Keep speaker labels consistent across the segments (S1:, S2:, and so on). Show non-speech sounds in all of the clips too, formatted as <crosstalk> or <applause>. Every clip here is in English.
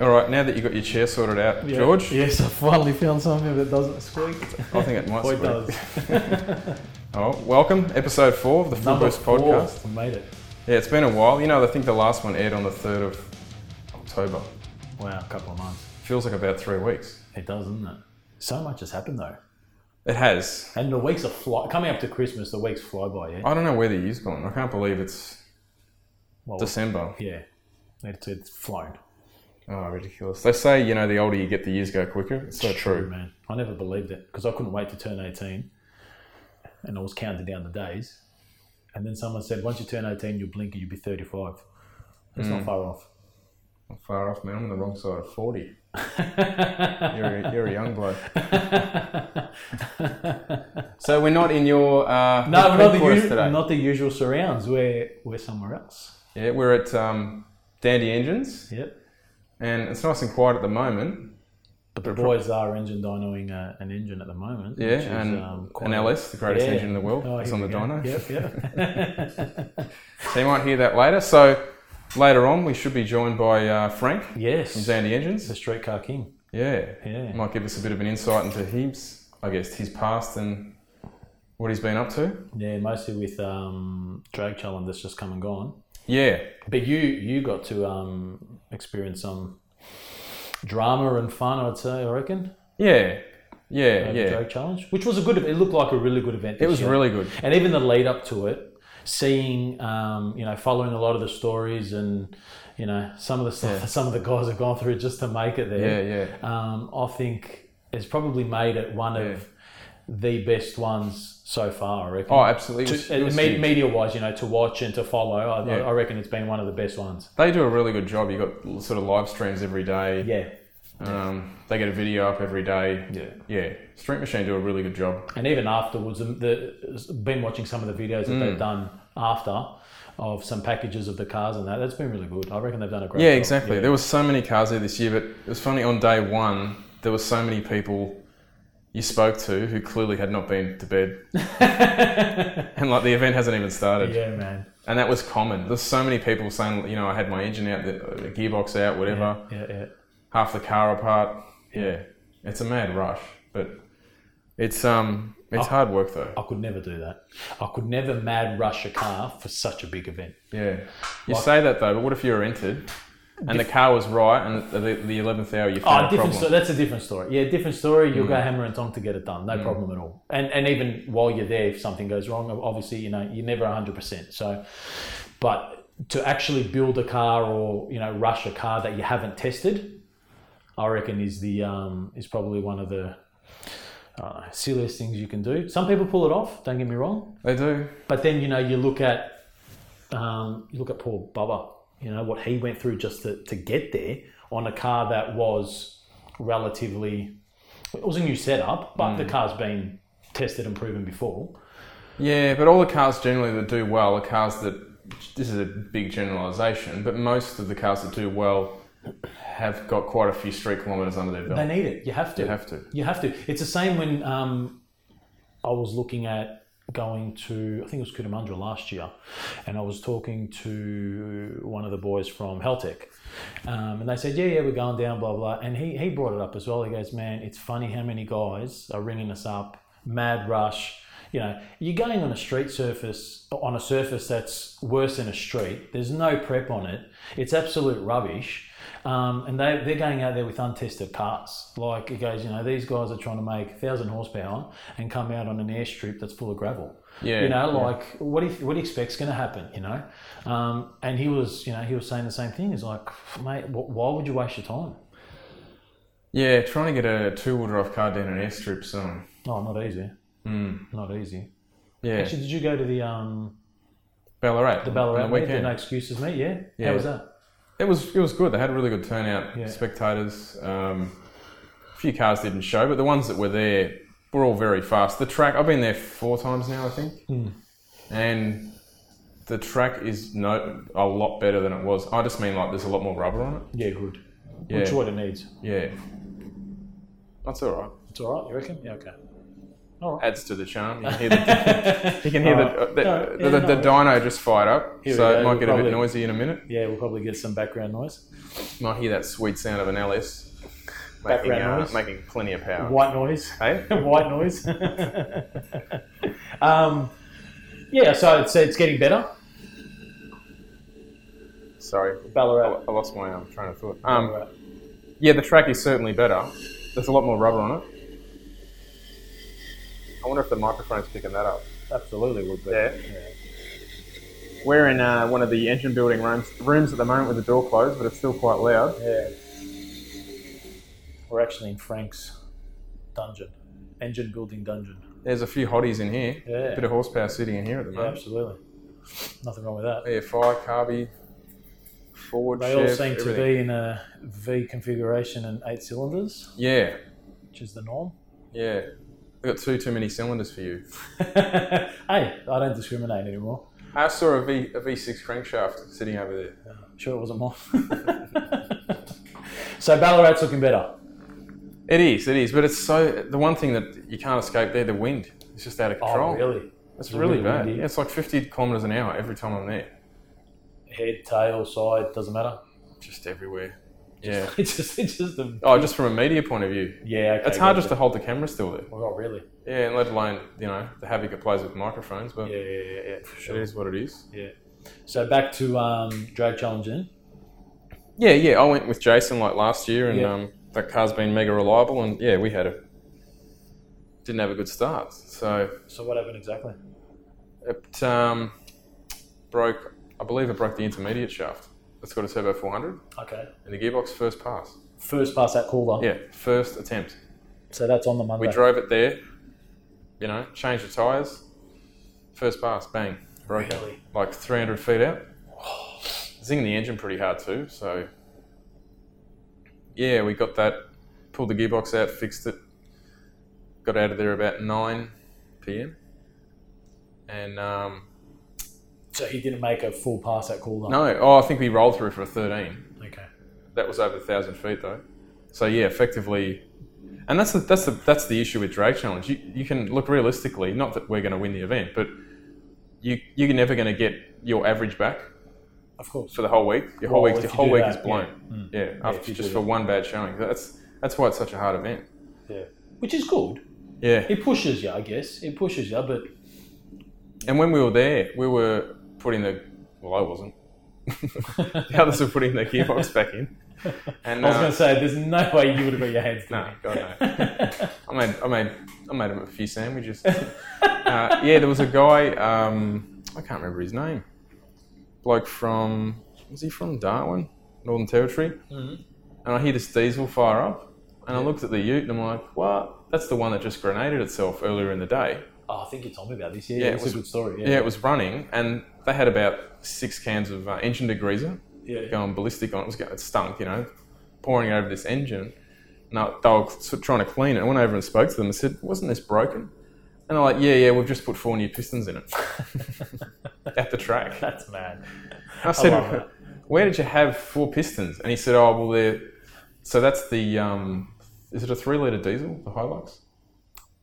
S1: All right, now that you've got your chair sorted out,
S2: Yeah.
S1: George,
S2: Yes, I finally found something that doesn't squeak.
S1: I think it might
S2: Boy,
S1: squeak.
S2: it does.
S1: Oh, welcome, episode four of the Full
S2: Number
S1: Boost podcast.
S2: four. We made it.
S1: Yeah, it's been a while. You know, I think the last one aired on the 3rd of October.
S2: Wow, a Oh couple of months.
S1: Feels like about three weeks.
S2: It does, doesn't it? eh, So much has happened though,
S1: It has.
S2: and the weeks are fly. Coming up to Christmas, the weeks fly by. Yeah.
S1: I don't know where the year's gone. I can't believe it's
S2: Well,
S1: December.
S2: yeah. It's, it's flown.
S1: Oh, ridiculous. They say, you know, the older you get, the years go quicker. It's so true.
S2: man. I never believed it because I couldn't wait to turn eighteen, and I was counting down the days, and then someone said, "Once you turn eighteen, you'll blink and you'll be 35. It's
S1: Mm.
S2: not far off.
S1: I'm far off, man. I'm on the wrong side of
S2: <laughs>
S1: 40. you're, a, you're a young bloke. <laughs> so we're not in your uh,
S2: No, we're not the,
S1: headquarters
S2: usu-
S1: today.
S2: not the usual surrounds. We're we're somewhere else.
S1: Yeah, we're at um, Dandy Engines,
S2: Yep.
S1: and it's nice and quiet at the moment.
S2: But the boys are engine dynoing uh, an engine at the moment.
S1: Yeah,
S2: which is,
S1: and
S2: um, quite
S1: an
S2: a-
S1: LS, the greatest
S2: Yeah.
S1: engine in the world,
S2: Oh,
S1: it's
S2: here
S1: on the
S2: we go.
S1: dyno.
S2: Yep, yep.
S1: <laughs>
S2: <laughs>
S1: So you might hear that later. So later on, we should be joined by uh, Frank from
S2: yes,
S1: Dandy
S2: the
S1: Engines.
S2: streetcar king.
S1: Yeah,
S2: Yeah.
S1: might give us a bit of an insight into his, I guess, his past and what he's been up to.
S2: Yeah, mostly with um, drag challenge that's just come and gone.
S1: Yeah,
S2: But you you got to um, experience some drama and fun. I'd say I reckon.
S1: yeah, yeah,
S2: at Uh, the
S1: yeah.
S2: drag challenge, which was a good. It looked like a really good event.
S1: It
S2: this
S1: was
S2: year.
S1: really good.
S2: and even the lead up to it seeing um, you know following a lot of the stories and you know some of the stuff that some of the guys have gone through just to make it
S1: Yeah,
S2: there
S1: yeah.
S2: um, i think it's probably made it one of the best ones so far i reckon
S1: Oh, absolutely. It was-
S2: uh,
S1: it was huge.
S2: media wise you know to watch and to follow I, I-
S1: Yeah.
S2: I reckon it's been one of the best ones
S1: They do a really good job. You got l- sort of live streams every day.
S2: yeah
S1: Um, they get a video up every day.
S2: yeah
S1: Yeah, Street Machine do a really good job.
S2: and even afterwards, the, the been watching some of the videos that
S1: Mm.
S2: they've done after of some packages of the cars and that. That's been really good. I reckon they've done a great.
S1: Yeah,
S2: job.
S1: exactly. There was so many cars there this year, but it was funny on day one there were so many people you spoke to who clearly had not been to <laughs> bed, and like the event hasn't even started,
S2: Yeah, man.
S1: and that was common. There's so many people saying, you know, I had my engine out, the, the gearbox out, whatever,
S2: Yeah, yeah.
S1: half the car apart. Yeah, it's a mad rush, but it's um it's hard work though.
S2: I could never do that. I could never mad rush a car for such a big event.
S1: Yeah. You say that though, but what if you were entered and the car was right and the, the, the 11th hour you
S2: Oh,
S1: found
S2: different
S1: a problem?
S2: story. That's a different story. Yeah, different story. You'll go hammer and tong to get it done. No problem at all. And and even while you're there, if something goes wrong, obviously you know you're never hundred percent. So, but to actually build a car or you know rush a car that you haven't tested, I reckon is the um, is probably one of the uh, silliest things you can do. Some people pull it off. Don't get me wrong.
S1: They do.
S2: But then you know you look at um, you look at poor Bubba. You know what he went through just to, to get there on a car that was relatively it was a new setup, but the car's been tested and proven before.
S1: Yeah, but all the cars generally that do well are cars that, this is a big generalisation, but most of the cars that do well have got quite a few street kilometres under their belt.
S2: They need it. You have to.
S1: you have to.
S2: You have to. It's the same when um, I was looking at going to, I think it was Cootamundra last year, and I was talking to one of the boys from Heltec, um, and they said, yeah, yeah, we're going down, blah, blah. And he, he brought it up as well. He goes, man, it's funny how many guys are ringing us up, mad rush. You know, you're going on a street surface, on a surface that's worse than a street. There's no prep on it. It's absolute rubbish. Um, and they, they're going out there with untested cars. Like it goes, you know, these guys are trying to make 1,000 horsepower and come out on an airstrip that's full of gravel.
S1: Yeah,
S2: You know,
S1: yeah.
S2: like what do you, what do you expect's going to happen, you know? Um, and he was, you know, he was saying the same thing. He's like, mate, wh- why would you waste your time?
S1: Yeah, trying to get a two wheel drive car down an airstrip soon.
S2: Oh, not easy.
S1: Hmm.
S2: Not easy.
S1: Yeah,
S2: Actually, did you go to the um,
S1: Ballarat.
S2: the Ballarat
S1: on the
S2: meet, the
S1: weekend.
S2: No Excuses meet? Yeah?
S1: Yeah.
S2: How was that?
S1: It was it was good. They had a really good turnout.
S2: Yeah.
S1: Spectators. Um, a few cars didn't show, but the ones that were there were all very fast. The track. I've been there four times now, I think,
S2: Hmm.
S1: and the track is no a lot better than it was. I just mean like there's a lot more rubber on it.
S2: Yeah, good.
S1: Yeah.
S2: Which what it needs.
S1: Yeah, that's all right.
S2: It's all right, you reckon? Yeah, okay. All right.
S1: adds to the charm. You can hear
S2: <laughs>
S1: the, you can hear the, the,
S2: Uh, No,
S1: the,
S2: yeah,
S1: the, the
S2: no.
S1: dyno just fired up,
S2: Here we
S1: so
S2: go,
S1: it might
S2: we'll
S1: get a
S2: probably-
S1: bit noisy in a minute.
S2: Yeah, we'll probably get some background noise.
S1: Might hear that sweet sound of an LS making,
S2: Background
S1: uh,
S2: noise.
S1: making plenty of power.
S2: White noise.
S1: Hey?
S2: <laughs> White noise. um, yeah, so it's, it's getting better.
S1: Sorry, I
S2: Ballarat.
S1: I lost my um, train of thought. Um, yeah, the track is certainly better. There's a lot more rubber on it. I wonder if the microphone's picking that up.
S2: Absolutely would be.
S1: Yeah. We're in uh, one of the engine building rooms, rooms at the moment with the door closed, but it's still quite loud.
S2: Yeah. We're actually in Frank's dungeon, engine building dungeon.
S1: There's a few hotties in here.
S2: Yeah.
S1: A bit of horsepower sitting in here at the
S2: Yeah,
S1: moment.
S2: absolutely. Nothing wrong with that.
S1: Yeah, fire, carby, forward,
S2: They all
S1: Chev,
S2: seem to
S1: everything.
S2: be in a V configuration and eight cylinders,
S1: Yeah,
S2: which is the <laughs> norm.
S1: yeah. I've got two too many cylinders for you.
S2: hey, I don't discriminate anymore.
S1: I saw a, v, a V6 crankshaft sitting over there.
S2: I'm sure it wasn't mine. <laughs> so Ballarat's looking better.
S1: It is, it is. But it's so the one thing that you can't escape there, the wind. It's just out of control.
S2: Oh, really?
S1: It's really,
S2: really
S1: bad.
S2: windy.
S1: Yeah, it's like 50 kilometres an hour every time I'm there.
S2: Head, tail, side, doesn't
S1: <laughs>
S2: matter.
S1: Just everywhere. Yeah.
S2: It's just, it's just the
S1: Oh, just from a media point of view,
S2: yeah. Okay,
S1: it's hard
S2: gotcha.
S1: just to hold the camera still there.
S2: Oh, really?
S1: Yeah, and let alone you know the havoc it plays with microphones. But
S2: Yeah, yeah, yeah, yeah. For
S1: it
S2: sure.
S1: is what it is.
S2: So back to um, drag challenge then.
S1: Yeah, yeah. I went with Jason like last year, and
S2: Yeah.
S1: um, that car's been mega reliable. And yeah, we had a didn't have a good start, so
S2: So what happened exactly?
S1: it um, broke. I believe it broke the intermediate shaft. It's got a turbo 400
S2: Okay.
S1: and the gearbox first pass.
S2: First pass that cooler.
S1: Yeah, first attempt.
S2: So that's on the Monday.
S1: We drove it there, you know, changed the tyres, first pass, bang, broke it.
S2: Really?
S1: like 300 feet out. Zinging the engine pretty hard too. So, yeah, we got that, pulled the gearbox out, fixed it, got out of there about 9 p.m. And um,
S2: So he didn't make a full pass that cooler.
S1: no, oh, I think we rolled through for a 13.
S2: Okay.
S1: That was over 1,000 feet though. So, yeah, effectively. And that's the, that's the, that's the issue with drag challenge. You, you can look realistically, not that we're going to win the event, but you, you're never going to get your average back.
S2: Of course.
S1: for the whole week. Your whole
S2: Well,
S1: week,
S2: if
S1: your
S2: you
S1: whole
S2: do
S1: week
S2: that,
S1: is blown.
S2: yeah. Mm.
S1: Yeah,
S2: if
S1: after
S2: you
S1: just
S2: do
S1: for
S2: that.
S1: one bad showing. That's that's why it's such a hard event.
S2: Yeah. Which is good.
S1: Yeah.
S2: It pushes you, I guess. It pushes you, but
S1: And when we were there, we were putting the well, I wasn't. <laughs> the others were putting their gearbox
S2: <laughs>
S1: back in. And
S2: I was going
S1: uh,
S2: to say, there's no way you would have got your hands.
S1: no,
S2: dirty.
S1: God no. I made I made I made him a few sandwiches. uh, yeah, there was a guy. Um, I can't remember his name. Bloke from was he from Darwin, Northern Territory?
S2: Mhm.
S1: And I hear this diesel fire up, and I looked at the Ute and I'm like, "What? That's the one that just grenaded itself earlier in the day."
S2: <laughs> Oh, I think you told me about this. Yeah,
S1: Yeah,
S2: yeah
S1: it
S2: it's
S1: was-
S2: a good story.
S1: Yeah, it was running, and they had about six cans of uh, engine degreaser
S2: yeah.
S1: going ballistic on it. It, was, go- it stunk, you know, pouring over this engine. And I, they were sort of trying to clean it. I went over and spoke to them and said, Wasn't this broken? And they're like, Yeah, yeah, we've just put four new pistons in it <laughs> at the
S2: <laughs>
S1: track.
S2: That's mad.
S1: And I said,
S2: love that.
S1: Where did you have four pistons? And he said, Oh, well, they're. So that's the. Um, is it a three litre diesel, the Hilux?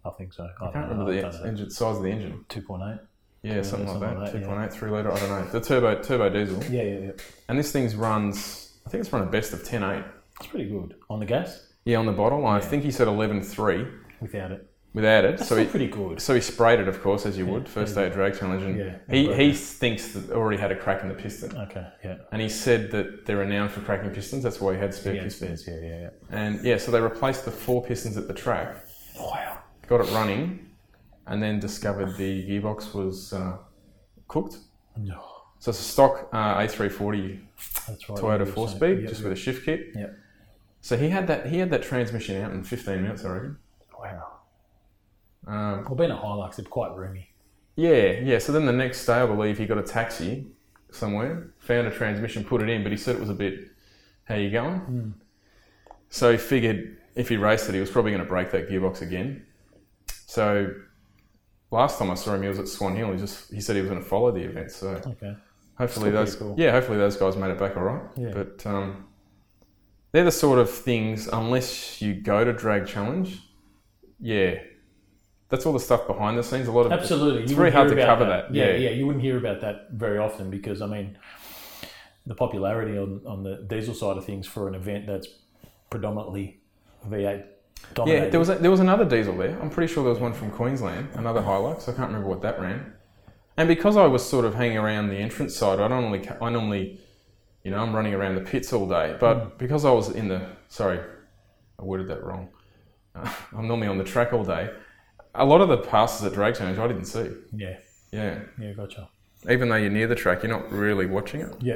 S2: I think so.
S1: I can't
S2: Oh,
S1: remember the en- engine, size of the engine.
S2: Two point eight.
S1: Yeah, something,
S2: something
S1: like
S2: like
S1: that.
S2: that,
S1: Two
S2: yeah.
S1: point eight, three litre, I don't know. The turbo turbo diesel.
S2: Yeah, yeah, yeah.
S1: And this thing's runs, I think it's run a best of 10.8.
S2: It's pretty good on the gas
S1: Yeah, on the bottle. I think he said 11.3
S2: without it.
S1: without it.
S2: That's
S1: So
S2: still <laughs>
S1: he,
S2: pretty good.
S1: so he sprayed it, of course, as you would, first day of drag challenge. And
S2: Yeah,
S1: he,
S2: broke
S1: he thinks that already had a crack in the piston.
S2: Okay, yeah.
S1: And he said that they're renowned for cracking pistons. That's why he had spare
S2: Yeah, it's
S1: pistons.
S2: fizz, yeah, yeah, yeah.
S1: And yeah, so they replaced the four pistons at the track,
S2: Wow.
S1: got it running, and then discovered the gearbox was uh, cooked.
S2: No,
S1: So it's a stock uh, A340
S2: that's right.
S1: Toyota
S2: yeah,
S1: four
S2: so-
S1: speed,
S2: yeah,
S1: just with a shift kit.
S2: Yep.
S1: So he had that he had that transmission out in 15 minutes, I reckon.
S2: Wow.
S1: Um,
S2: Well, being a Hilux, it's quite roomy.
S1: Yeah, yeah. So then the next day, I believe he got a taxi somewhere, found a transmission, put it in, but he said it was a bit, how you going? So he figured if he raced it, he was probably going to break that gearbox again. So last time I saw him, he was at Swan Hill. He just he said he was going to follow the event. So
S2: Okay.
S1: hopefully
S2: Still
S1: those
S2: pretty cool.
S1: yeah, hopefully those guys made it back all right.
S2: Yeah.
S1: But um, they're the sort of things unless you go to drag challenge, yeah, that's all the stuff behind the scenes. A lot of
S2: Absolutely.
S1: It's
S2: you
S1: very
S2: wouldn't
S1: hard
S2: hear
S1: to
S2: about
S1: cover that.
S2: Yeah, yeah,
S1: Yeah.
S2: You wouldn't hear about that very often because, I mean, the popularity on, on the diesel side of things for an event that's predominantly V8 dominated.
S1: Yeah, there was a, there was another diesel there. I'm pretty sure there was one from Queensland, another Hilux. I can't remember what that ran. And because I was sort of hanging around the entrance side, I normally ca- I normally, you know, I'm running around the pits all day. But
S2: Hmm.
S1: because I was in the sorry, I worded that wrong. Uh, <laughs> I'm normally on the track all day. A lot of the passes at drag turns I didn't see.
S2: yeah,
S1: Yeah,
S2: yeah, gotcha.
S1: even though you're near the track, you're not really watching it.
S2: Yeah.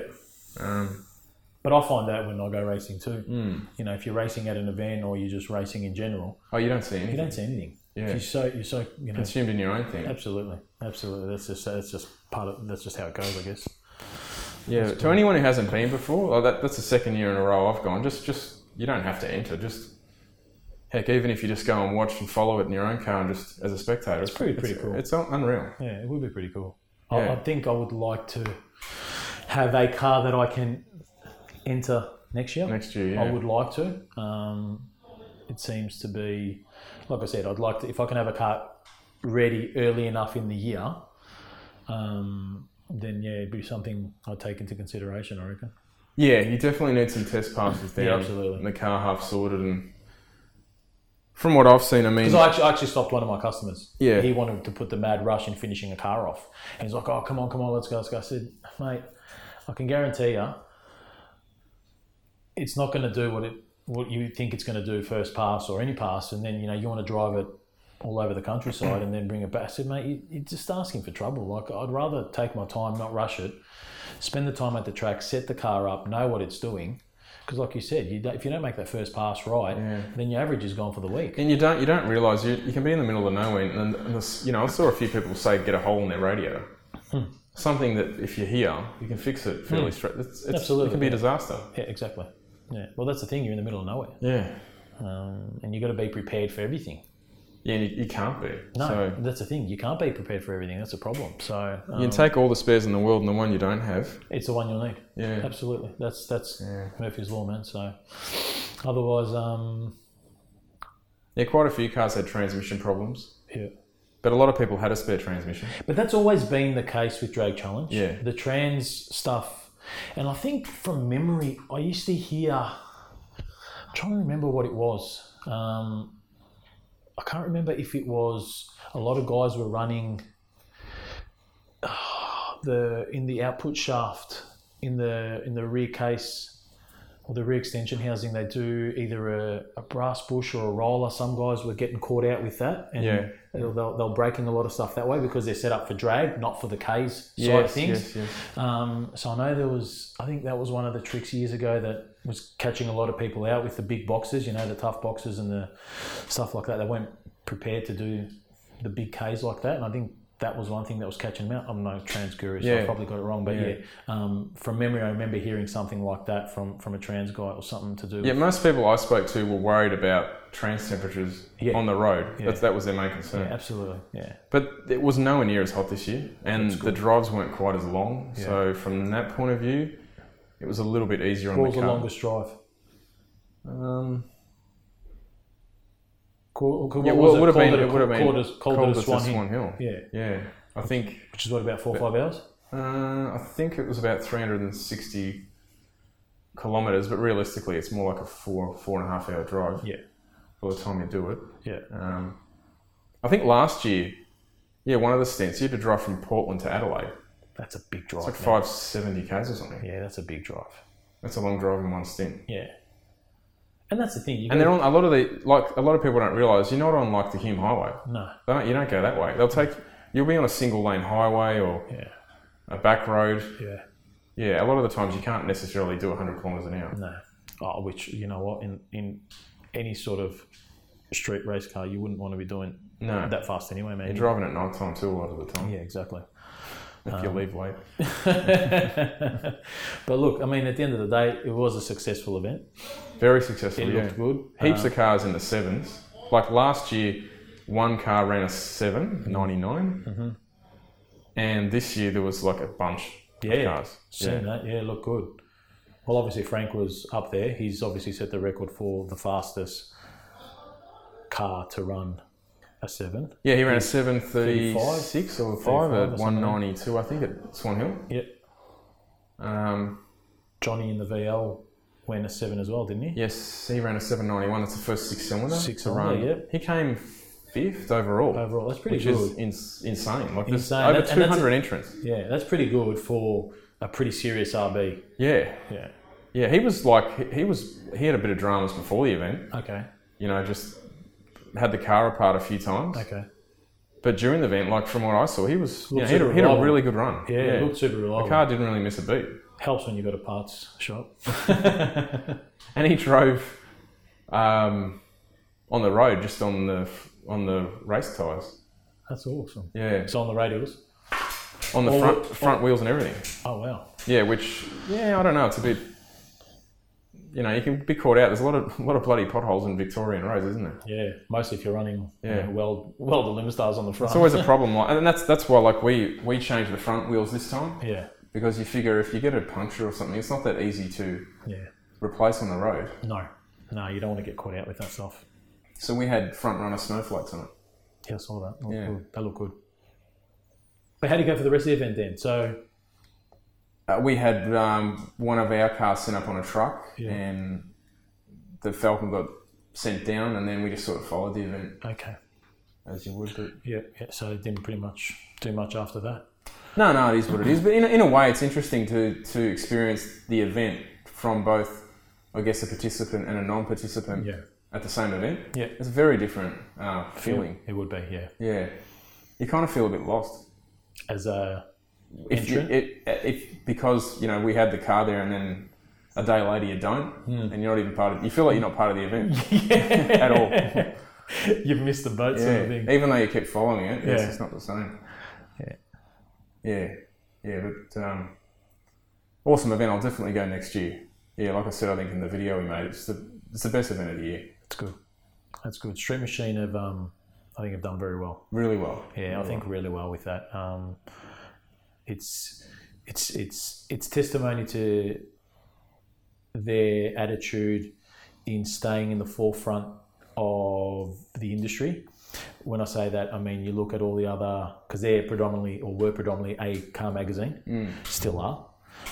S1: Um, Hmm.
S2: But I find that when I go racing too. You know, if you're racing at an event or you're just racing in general,
S1: oh, you don't see anything.
S2: you don't see anything.
S1: Yeah.
S2: You're so, you're so, you know,
S1: Consumed in your own thing.
S2: absolutely, absolutely. That's just, that's just part of, that's just how it goes, I guess.
S1: Yeah, to anyone who hasn't been before, oh, that, that's the second year in a row I've gone. Just, just you don't have to enter. Just heck, even if you just go and watch and follow it in your own car and just as a spectator, it's
S2: pretty- pretty cool.
S1: It's un- unreal.
S2: Yeah, it would be pretty cool.
S1: Yeah.
S2: I, I think I would like to have a car that I can enter next year.
S1: Next year, yeah.
S2: I would like to. Um, it seems to be, like I said, I'd like to, if I can have a car ready early enough in the year, um, then yeah, it'd be something I'd take into consideration, I reckon.
S1: Yeah, you definitely need some test passes down.
S2: Yeah, absolutely.
S1: And the car half sorted and from what I've seen, I mean,
S2: Because I actually, I actually stopped one of my customers.
S1: Yeah.
S2: He wanted to put the mad rush in finishing a car off. And he's like, oh, come on, come on, let's go, let's go. I said, mate, I can guarantee you, it's not going to do what it what you think it's going to do first pass or any pass. And then, you know, you want to drive it all over the countryside and then bring it back. I said, mate, you, you're just asking for trouble. Like, I'd rather take my time, not rush it, spend the time at the track, set the car up, know what it's doing. Because, like you said, you don't, if you don't make that first pass right, then your average is gone for the week.
S1: and you don't you don't realise you, you can be in the middle of nowhere and, and this, you know I saw a few people say get a hole in their radiator.
S2: Hmm.
S1: Something that if you're here, you can fix it fairly straight. It's, it's,
S2: Absolutely,
S1: it can be a
S2: yeah.
S1: disaster.
S2: Yeah, exactly. Yeah. Well, that's the thing. You're in the middle of nowhere,
S1: Yeah.
S2: um, and you got to be prepared for everything.
S1: Yeah, and you, you can't be.
S2: No,
S1: So
S2: that's the thing. You can't be prepared for everything. That's a problem. So um,
S1: you can take all the spares in the world and the one you don't have.
S2: it's the one you'll need.
S1: Yeah.
S2: Absolutely. That's that's
S1: Yeah.
S2: Murphy's law, man. So otherwise, um,
S1: Yeah, quite a few cars had transmission problems,
S2: yeah.
S1: but a lot of people had a spare transmission.
S2: But that's always been the case with Drag Challenge.
S1: Yeah.
S2: The trans stuff. And I think from memory, I used to hear, I'm trying to remember what it was. Um, I can't remember if it was a lot of guys were running ah, the in the output shaft in the in the rear case or the rear extension housing. They do either a, a brass bush or a roller. Some guys were getting caught out with that, and
S1: Yeah.
S2: they'll, they'll, they'll breaking a lot of stuff that way because they're set up for drag, not for the K's side of things.
S1: yes, yes.
S2: Um, so I know there was, I think that was one of the tricks years ago that was catching a lot of people out with the big boxes, you know, the tough boxes and the stuff like that. They weren't prepared to do the big Ks like that. And I think that was one thing that was catching them out. I'm no trans guru, so I
S1: Yeah.
S2: probably got it wrong. But yeah,
S1: Yeah.
S2: um, from memory, I remember hearing something like that from, from a trans guy or something to do
S1: Yeah, most people I spoke to were worried about trans temperatures
S2: Yeah.
S1: on the road. That's, that was their main concern.
S2: with Absolutely. Yeah.
S1: But it was nowhere near as hot this year, and the drives weren't quite as long. So from that point of view, it was a little bit easier on
S2: What was
S1: the
S2: the
S1: car.
S2: longest drive?
S1: Um,
S2: Call, call,
S1: yeah,
S2: what
S1: well,
S2: was
S1: it would have been.
S2: Called
S1: It would have been.
S2: Called it, called it a Swan Hill.
S1: Hill.
S2: Yeah,
S1: Yeah, I think
S2: which is what about four or five hours?
S1: Uh, I think it was about 360 kilometers, but realistically, it's more like a four four and a half hour drive
S2: Yeah,
S1: by the time you do it.
S2: yeah.
S1: Um, I think last year, yeah, one of the stints you had to drive from Portland to Adelaide,
S2: That's a big drive.
S1: like
S2: man.
S1: 570 k's or something.
S2: Yeah, that's a big drive.
S1: That's a long drive in one stint.
S2: Yeah, and that's the thing. You
S1: And they're on a lot of the like a lot of people don't realise you're not on like the Hume Highway.
S2: gotta- no,
S1: They don't, you don't go that way. They'll take you'll be on a single lane highway or
S2: yeah,
S1: a back road.
S2: yeah,
S1: Yeah, a lot of the times you can't necessarily do 100 kilometers an hour.
S2: no. Oh, which you know what? In in any sort of street race car, you wouldn't want to be doing
S1: No.
S2: that fast anyway, man.
S1: You're driving at night time too a lot of the time.
S2: yeah, exactly. <laughs>
S1: If
S2: Um,
S1: you leave late.
S2: But look, I mean, at the end of the day, it was a successful event.
S1: Very successful,
S2: It
S1: yeah.
S2: looked good.
S1: Heaps of cars in the sevens. Like last year, one car ran a seven,
S2: Mm-hmm.
S1: 99. And this year there was like a bunch
S2: Yeah.
S1: of cars.
S2: Seen that? Yeah, looked good. Well, obviously Frank was up there. He's obviously set the record for the fastest car to run a seven.
S1: Yeah, he ran a seven thirty-six or
S2: 35
S1: five
S2: or
S1: at
S2: something.
S1: one ninety-two, I think, at Swan Hill.
S2: Yep.
S1: Um,
S2: Johnny in the VL went a seven as well, didn't he?
S1: yes, he ran a seven ninety-one. That's the first six-cylinder.
S2: Six-cylinder, yep.
S1: He came fifth overall,
S2: Overall, that's pretty
S1: which
S2: good.
S1: is ins- insane. Like there's
S2: Insane.
S1: over
S2: That-
S1: two
S2: and that's-
S1: hundred entrants.
S2: Yeah, that's pretty good for a pretty serious RB.
S1: Yeah,
S2: Yeah.
S1: yeah. He was like he- he was. He had a bit of dramas before the event.
S2: Okay.
S1: You know, just had the car apart a few times.
S2: Okay.
S1: But during the event, like from what I saw, he was you know,
S2: Looked
S1: he, had a,
S2: super
S1: he had a
S2: reliable.
S1: really good run.
S2: Yeah, it looked super reliable.
S1: the car didn't really miss a beat,
S2: Helps when you've got a parts shop.
S1: and he drove um, on the road just on the on the race tires.
S2: That's awesome.
S1: Yeah,
S2: It's on the radials.
S1: on the
S2: All
S1: front
S2: the-
S1: front wheels and everything.
S2: Oh wow.
S1: Yeah, which yeah, I don't know. It's a bit you know you can be caught out. There's a lot of <laughs> a lot of bloody potholes in Victorian roads, isn't there?
S2: Yeah. Mostly if you're running yeah.
S1: Yeah.
S2: well well the limit stars on the front. <laughs>
S1: It's always a problem. Like, and that's that's why like we we changed the front wheels this time
S2: yeah.
S1: because you figure if you get a puncture or something, it's not that easy to
S2: Yeah.
S1: replace on the road.
S2: No. No, you don't want to get caught out with that stuff.
S1: So we had front runner snowflakes on it.
S2: Yeah, I saw that. Looked
S1: Yeah.
S2: good. That looked good. But how do you go for the rest of the event then? So
S1: Uh, we had um, one of our cars sent up on a truck,
S2: Yeah.
S1: and the Falcon got sent down, and then we just sort of followed the event
S2: okay.
S1: as you would. But
S2: Yeah, yeah. So it didn't pretty much do much after that.
S1: no, no, it is what it is. But in a, in a way, it's interesting to to experience the event from both, I guess, a participant and a non-participant
S2: Yeah.
S1: at the same event.
S2: Yeah.
S1: it's a very different uh, feeling.
S2: It would be, yeah.
S1: Yeah, you kind of feel a bit lost.
S2: As uh, a
S1: if, you,
S2: entrant?
S1: it, if because you know we had the car there and then a day later you don't
S2: Hmm.
S1: and you're not even part of you feel like you're not part of the event
S2: <laughs>
S1: at all
S2: <laughs> you've missed the boat
S1: yeah.
S2: sort of thing.
S1: even though you kept following it it's
S2: Yeah.
S1: just not the same yeah yeah yeah but um, awesome event I'll definitely go next year yeah like I said I think in the video we made it's the it's the best event of the year
S2: That's good. That's good. Street Machine have, um, I think, have done very well.
S1: really well
S2: Yeah, I think really well with that. Um, it's it's it's it's testimony to their attitude in staying in the forefront of the industry. When I say that, I mean you look at all the other because they're predominantly or were predominantly a car magazine, still are,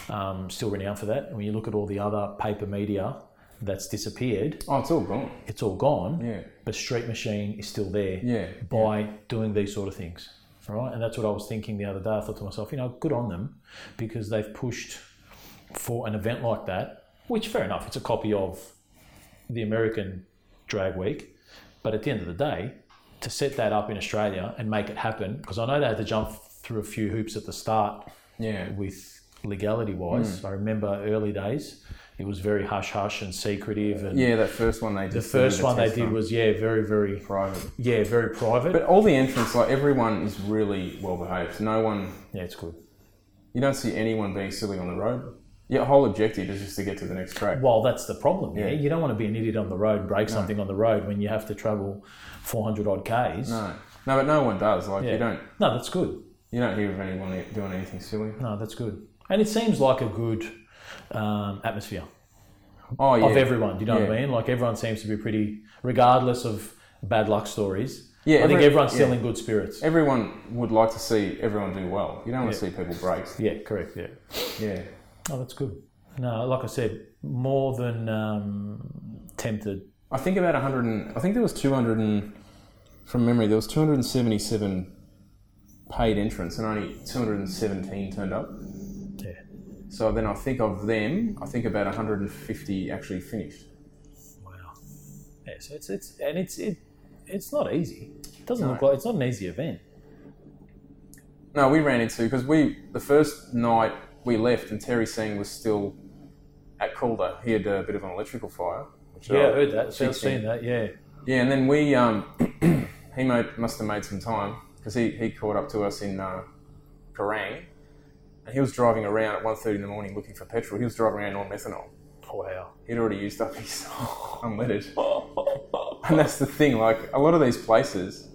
S2: um, still renowned for that. When you look at all the other paper media that's disappeared,
S1: oh it's all gone
S2: it's all gone.
S1: yeah
S2: But Street Machine is still there
S1: yeah
S2: by doing these sort of things, right? And that's what I was thinking the other day. I thought to myself, you know, good on them because they've pushed for an event like that, which fair enough, it's a copy of the American Drag Week, but at the end of the day, to set that up in Australia and make it happen, because I know they had to jump through a few hoops at the start
S1: yeah
S2: with legality
S1: Hmm.
S2: wise. I remember early days, it was very hush hush and secretive, and
S1: yeah that first one they did
S2: the first one they did was yeah, very very
S1: private
S2: yeah, very private.
S1: But all the entrants, like everyone is really well behaved. No one,
S2: yeah, it's good.
S1: you don't see anyone being silly on the road. Your whole objective is just to get to the next track.
S2: Well, that's the problem. Yeah.
S1: Yeah.
S2: You don't want to be an idiot on the road, break something on the road when you have to travel 400 odd Ks.
S1: No, no, but no one does. Like
S2: Yeah.
S1: you don't,
S2: No, that's good.
S1: you don't hear of anyone e-, doing anything silly.
S2: No, that's good. And it seems like a good um, atmosphere
S1: Oh yeah,
S2: of everyone. Do you know what I
S1: Yeah.
S2: mean? Like everyone seems to be pretty, regardless of bad luck stories.
S1: Yeah,
S2: I think
S1: every-
S2: everyone's still
S1: yeah.
S2: in good spirits.
S1: everyone would like to see everyone do well. You don't want to see people break.
S2: Yeah, correct. <laughs> Yeah.
S1: Yeah,
S2: Oh, that's good. No, like I said, more than um, tempted.
S1: I think about 100. And, I think there was 200 and from memory there was 277 paid entrants and only 217 turned up.
S2: Yeah.
S1: So then I think of them, I think about 150 actually finished.
S2: Wow. Yeah, so it's it's and it's it, it's not easy. It doesn't
S1: No.
S2: look like it's not an easy event.
S1: No, we ran into because we the first night we left and Terry Singh was still at Calder. He had a bit of an electrical fire. Which
S2: Yeah,
S1: I-
S2: I heard that. So I've
S1: fixing.
S2: seen that. Yeah,
S1: Yeah, and then we um, <clears throat> he made, must have made some time because he, he caught up to us in uh, Kerrang, and he was driving around at 1.30 in the morning looking for petrol. He was driving around on methanol.
S2: wow.
S1: he'd already used up his <laughs> unleaded. and that's the thing, like a lot of these places,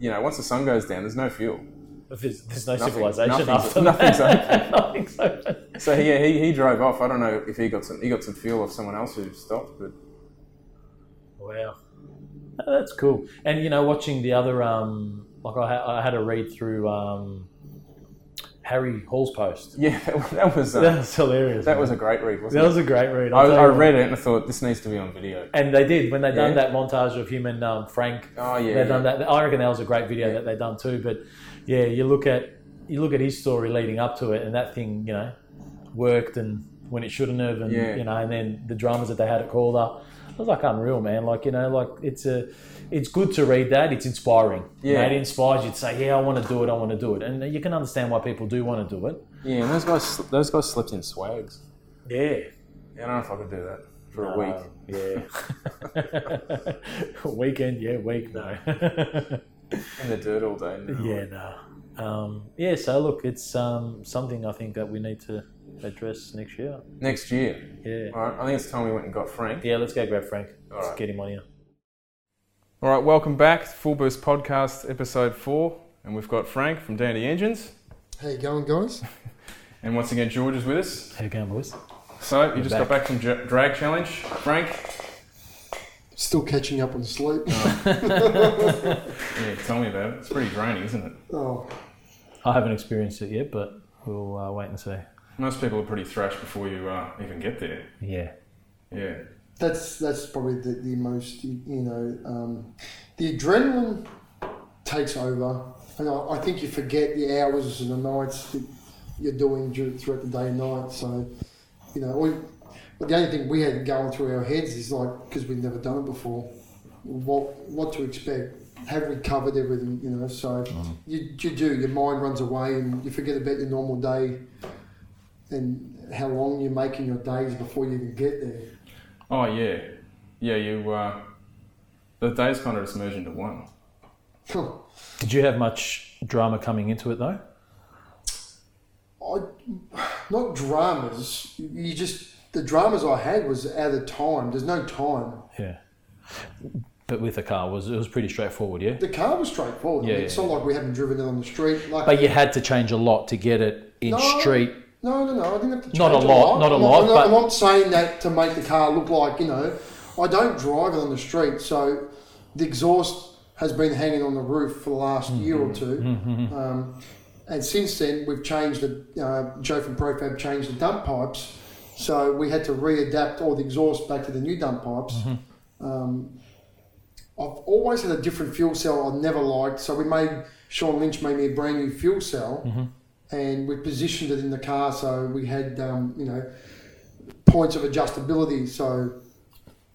S1: you know, once the sun goes down, there's no fuel.
S2: There's, there's no
S1: Nothing-
S2: civilization
S1: nothing's-
S2: after
S1: nothing's
S2: that. <laughs> nothing's open.
S1: So he, he, he drove off. I don't know if he got some he got some fuel off someone else who stopped, but
S2: Wow. Oh, that's cool. And you know, watching the other, um, like I, ha- I had a read through um, Harry Hall's post.
S1: Yeah, <laughs> that was
S2: <laughs> That
S1: uh,
S2: was hilarious.
S1: that
S2: man.
S1: was a great read, wasn't
S2: that was a great read.
S1: it? I,
S2: I'll tell
S1: I
S2: you what.
S1: read it and I thought this needs to be on video.
S2: and they did when they done
S1: Yeah.
S2: that montage of him and um, Frank.
S1: Oh yeah,
S2: they
S1: yeah.
S2: done that. I reckon that was a great video that they done too. But yeah, you look at you look at his story leading up to it, and that thing, you know, worked and when it shouldn't have, and
S1: Yeah.
S2: you know, and then the dramas that they had at Calder. It was like unreal, man. Like you know, like it's a, it's good to read that. It's inspiring. You know,
S1: Yeah.
S2: it inspires you to say, yeah, I want to do it. I want to do it, and you can understand why people do want to do it.
S1: Yeah, and those guys those guys slept in swags.
S2: Yeah.
S1: Yeah, Um, I don't know if I could do that for a week.
S2: <laughs> Yeah. Weekend, yeah, week, no. <laughs>
S1: In the dirt all day. No.
S2: yeah, no. Um, yeah, so look, it's um, something I think that we need to address next year.
S1: Next year.
S2: Yeah.
S1: All right, I think it's time we went and got Frank.
S2: Yeah, let's go grab Frank. Let's
S1: right.
S2: get him on here.
S1: All right, welcome back. Full Boost Podcast, episode four. And we've got Frank from Dandy Engines.
S3: How you going, guys?
S1: And once again, George is with us.
S2: How you going, boys?
S1: So, you just got
S2: back.
S1: back from Dra- Drag Challenge. Frank,
S3: Still catching up on sleep.
S1: yeah, tell me about it. It's pretty draining, isn't it?
S3: oh,
S2: I haven't experienced it yet, but we'll uh, wait and see.
S1: Most people are pretty thrashed before you uh, even get there.
S2: Yeah.
S1: Yeah.
S3: that's that's probably the, the most you know. Um, the adrenaline takes over, and I, I think you forget the hours and the nights that you're doing dur- throughout the day and night. So, you know, we, but the only thing we had going through our heads is like because we've never done it before, what what to expect. Have we covered everything? You know, so you, you do. Your mind runs away, and you forget about your normal day, and how long you're making your days before you even get there.
S1: Oh, yeah. Yeah, you. Uh, the day's kind of just merged into one.
S3: Huh.
S2: Did you have much drama coming into it, though?
S3: I, not dramas. You just the dramas I had was out of time. There's no time.
S2: Yeah. But with the car, was it was pretty straightforward, yeah?
S3: The car was straightforward. I mean,
S2: Yeah,
S3: it's
S2: yeah,
S3: not like we haven't driven it on the street. Like
S2: But you had to change a lot to get it in
S3: No.
S2: street.
S3: no, no, no. I didn't have to. Change
S2: Not a lot, not a
S3: I'm
S2: lot,
S3: I'm not,
S2: but-
S3: I'm not saying that to make the car look like you know. I don't drive it on the street, so the exhaust has been hanging on the roof for the last
S2: Mm-hmm.
S3: year or 2 Um, and since then, we've changed the uh, Joe from Profab changed the dump pipes, so we had to readapt all the exhaust back to the new dump pipes.
S2: Mm-hmm.
S3: Um, I've always had a different fuel cell I never liked, so we made Sean Lynch made me a brand new fuel cell,
S2: Mm-hmm.
S3: and we positioned it in the car so we had um, you know points of adjustability. So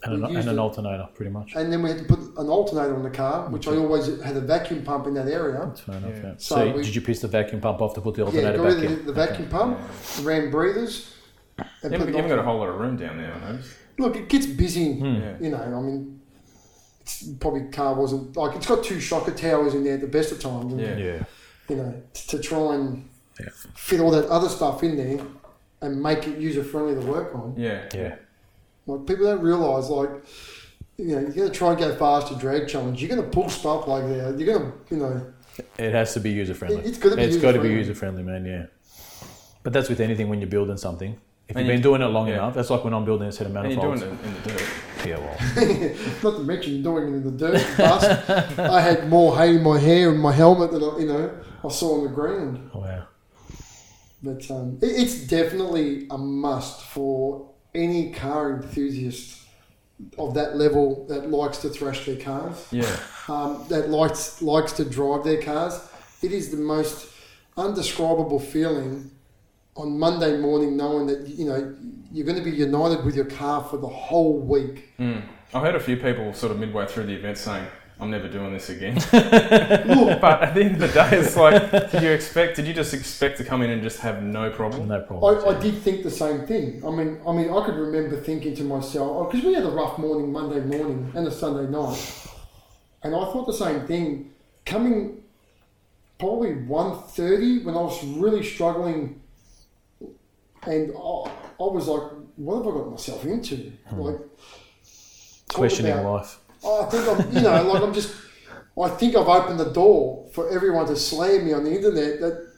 S2: And,
S3: We
S2: an,
S3: used
S2: and an
S3: it.
S2: alternator, pretty much.
S3: and then we had to put an alternator on the car, which I always had a vacuum pump in that area.
S2: Turn off, yeah. So,
S3: So we-
S2: did you piss the vacuum pump off to put the
S3: Yeah,
S2: alternator
S3: got rid
S2: back in?
S3: of the, the vacuum pump, ran breathers.
S1: You
S3: and put
S1: haven't,
S3: an
S1: you haven't got Hmm. a whole lot of room down there, I noticed.
S3: look, it gets busy.
S1: Yeah.
S3: You know, I mean, it's probably car wasn't like it's got two shocker towers in there at the best of times. and,
S1: Yeah.
S2: Yeah.
S3: You know, t- to try and
S2: Yeah.
S3: fit all that other stuff in there and make it user friendly to work on.
S1: Yeah.
S2: Yeah.
S3: Like people don't realise, like you know, you're gonna try and go fast to drag challenge. You're gonna pull stuff like that. You're gonna, you know, <laughs>
S2: It has to be user friendly.
S3: It- it's gotta be
S2: It's got to be
S3: user-friendly.
S2: user friendly, man. Yeah. But that's with anything when you're building something. If
S1: And
S2: you've
S1: you-
S2: been doing it long
S1: yeah.
S2: enough, that's like when I'm building a set of
S1: And you're doing
S2: manifolds.
S1: it in the dirt.
S2: Yeah, well,
S3: not to mention doing it in the dirt and dust. I had more hay in my hair and my helmet than I, you know I saw on the ground.
S2: oh, wow.
S3: But um, it, it's definitely a must for any car enthusiast of that level that likes to thrash their cars.
S1: Yeah.
S3: um, that likes likes to drive their cars. It is the most undescribable feeling on Monday morning, knowing that you know you're going to be united with your car for the whole week.
S1: Mm. I heard a few people sort of midway through the event saying, I'm never doing this again. <laughs> <laughs>
S3: Look,
S1: but at the end of the day, it's like, did you expect, did you just expect to come in and just have no
S2: <laughs>
S1: problem?
S2: No
S3: I,
S2: problem.
S3: I did think the same thing. I mean, I mean, I could remember thinking to myself because we had a rough morning Monday morning and a Sunday night, and I thought the same thing. Coming probably 1.30 when I was really struggling, and I, I was like, "What have I got myself into?" Like talk
S2: Questioning
S3: about-
S2: life.
S3: Oh, I think I'm, you know, like I'm just. I think I've opened the door for everyone to slam me on the internet that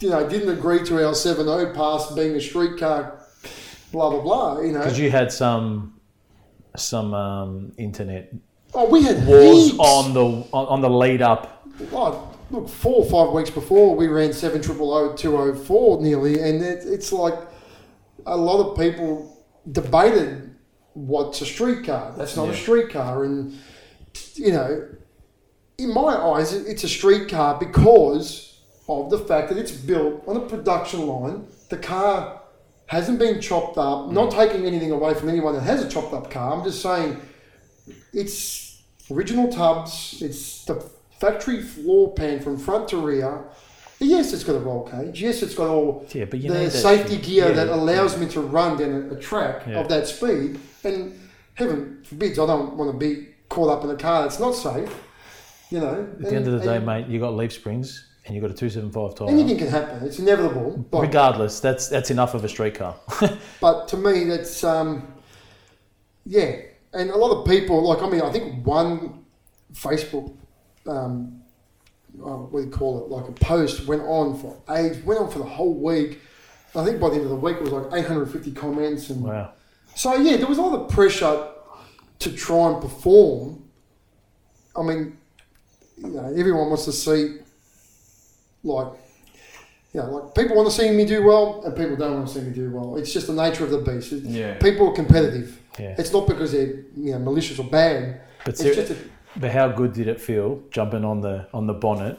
S3: you know didn't agree to our 7.0 pass being a streetcar, blah blah blah. You know,
S2: Because you had some some um, internet
S3: Oh, we had
S2: was
S3: heaps.
S2: on the on, on the lead up.
S3: Oh, look, four or five weeks before we ran seven triple O two o four nearly, and it, it's like a lot of people debated what's a streetcar. That's not a
S1: Yeah.
S3: streetcar, and you know, in my eyes, it- it's a streetcar because of the fact that it's built on a production line. The car hasn't been chopped up. Not taking anything away from anyone that has a chopped up car. I'm just saying it's original tubs. It's the factory floor pan from front to rear. Yes, it's got a roll cage. Yes, it's got all
S2: Yeah, but you
S3: the
S2: need that
S3: safety
S2: shit.
S3: gear
S2: Yeah.
S3: that allows me to run down a, a track
S2: Yeah.
S3: of that speed. And heaven forbids, I don't want to be caught up in a car that's not safe. You know,
S2: At the end of the day, mate, you got leaf springs and you got a two seven five tire.
S3: anything can happen. It's inevitable. But,
S2: Regardless, that's that's enough of a streetcar.
S3: but to me, that's um, yeah. And a lot of people, like I mean, I think one Facebook, um, uh, what do you call it, like a post went on for age, went on for the whole week. I think by the end of the week, it was like 850 comments
S2: <laughs>
S3: and
S2: wow.
S3: So yeah, there was a lot of pressure to try and perform. I mean, you know, everyone wants to see, like, you know, like people want to see me do well, and people don't want to see me do well. It's just the nature of the beast. It-
S1: Yeah.
S3: People are competitive.
S2: Yeah.
S3: It's not because they're you know malicious or bad.
S2: But
S3: It's
S2: ser-
S3: just a,
S2: But how good did it feel jumping on the on the bonnet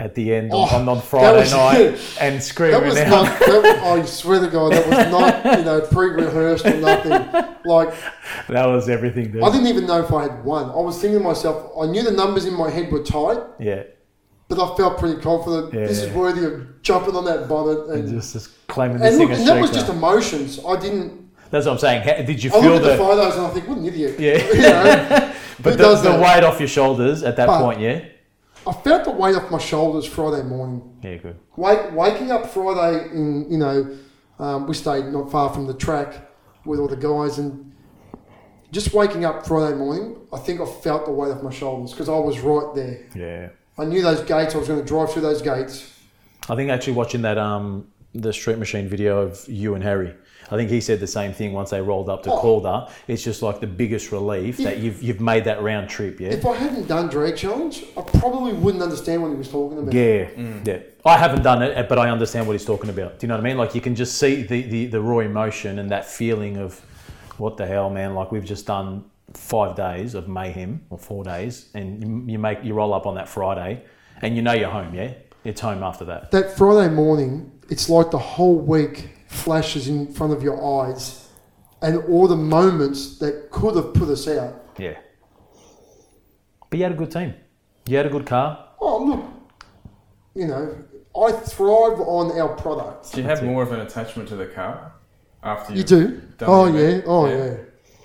S2: at the end
S3: Oh,
S2: on, on Friday
S3: was-
S2: night and
S3: that
S2: screaming
S3: was
S2: out?
S3: not. That, I swear to God, that was not you know pre-rehearsed or nothing. Like
S2: that was everything, dude.
S3: I didn't even know if I had won. I was thinking to myself, I knew the numbers in my head were tight.
S2: yeah,
S3: but I felt pretty confident.
S2: Yeah.
S3: This is worthy of jumping on that bonnet
S2: and
S3: and
S2: just, just claiming this
S3: and,
S2: thing
S3: look,
S2: as
S3: and that was just
S2: streaker.
S3: emotions. I didn't.
S2: That's what I'm saying. How, did you
S3: I
S2: feel
S3: look at the
S2: the?
S3: photos and I think, what an idiot.
S2: <laughs> Yeah.
S3: <laughs> You know?
S2: But
S3: Who
S2: the,
S3: does
S2: the
S3: that?
S2: weight off your shoulders at that
S3: But-
S2: point, yeah.
S3: I felt the weight off my shoulders Friday morning.
S2: Yeah, good.
S3: Wake, waking up Friday in you know, um, we stayed not far from the track with all the guys and just waking up Friday morning, I think I felt the weight off my shoulders because I was right there.
S2: Yeah.
S3: I knew those gates. I was going to drive through those gates.
S2: I think actually watching that um the Street Machine video of you and Harry, I think he said the same thing once they rolled up to
S3: Oh.
S2: Calder. It's just like the biggest relief that you've you've made that round trip, yeah.
S3: If I hadn't done drag challenge, I probably wouldn't understand what he was talking about.
S2: Yeah, yeah. I haven't done it, but I understand what he's talking about. Do you know what I mean? Like you can just see the, the, the raw emotion and that feeling of what the hell, man. Like we've just done five days of mayhem or four days, and you, you make you roll up on that Friday, and you know you're home. Yeah, it's home after that.
S3: that Friday morning, it's like the whole week flashes in front of your eyes and all the moments that could have put us out.
S2: Yeah. But you had a good team. You had a good car.
S3: Oh, look, you know, I thrive on our product.
S1: Do you have
S2: That's it.
S1: more of an attachment to the car after
S3: You
S1: you've
S3: do?
S1: done
S3: Oh,
S1: the
S3: yeah.
S1: event?
S3: Oh,
S1: Yeah.
S3: yeah.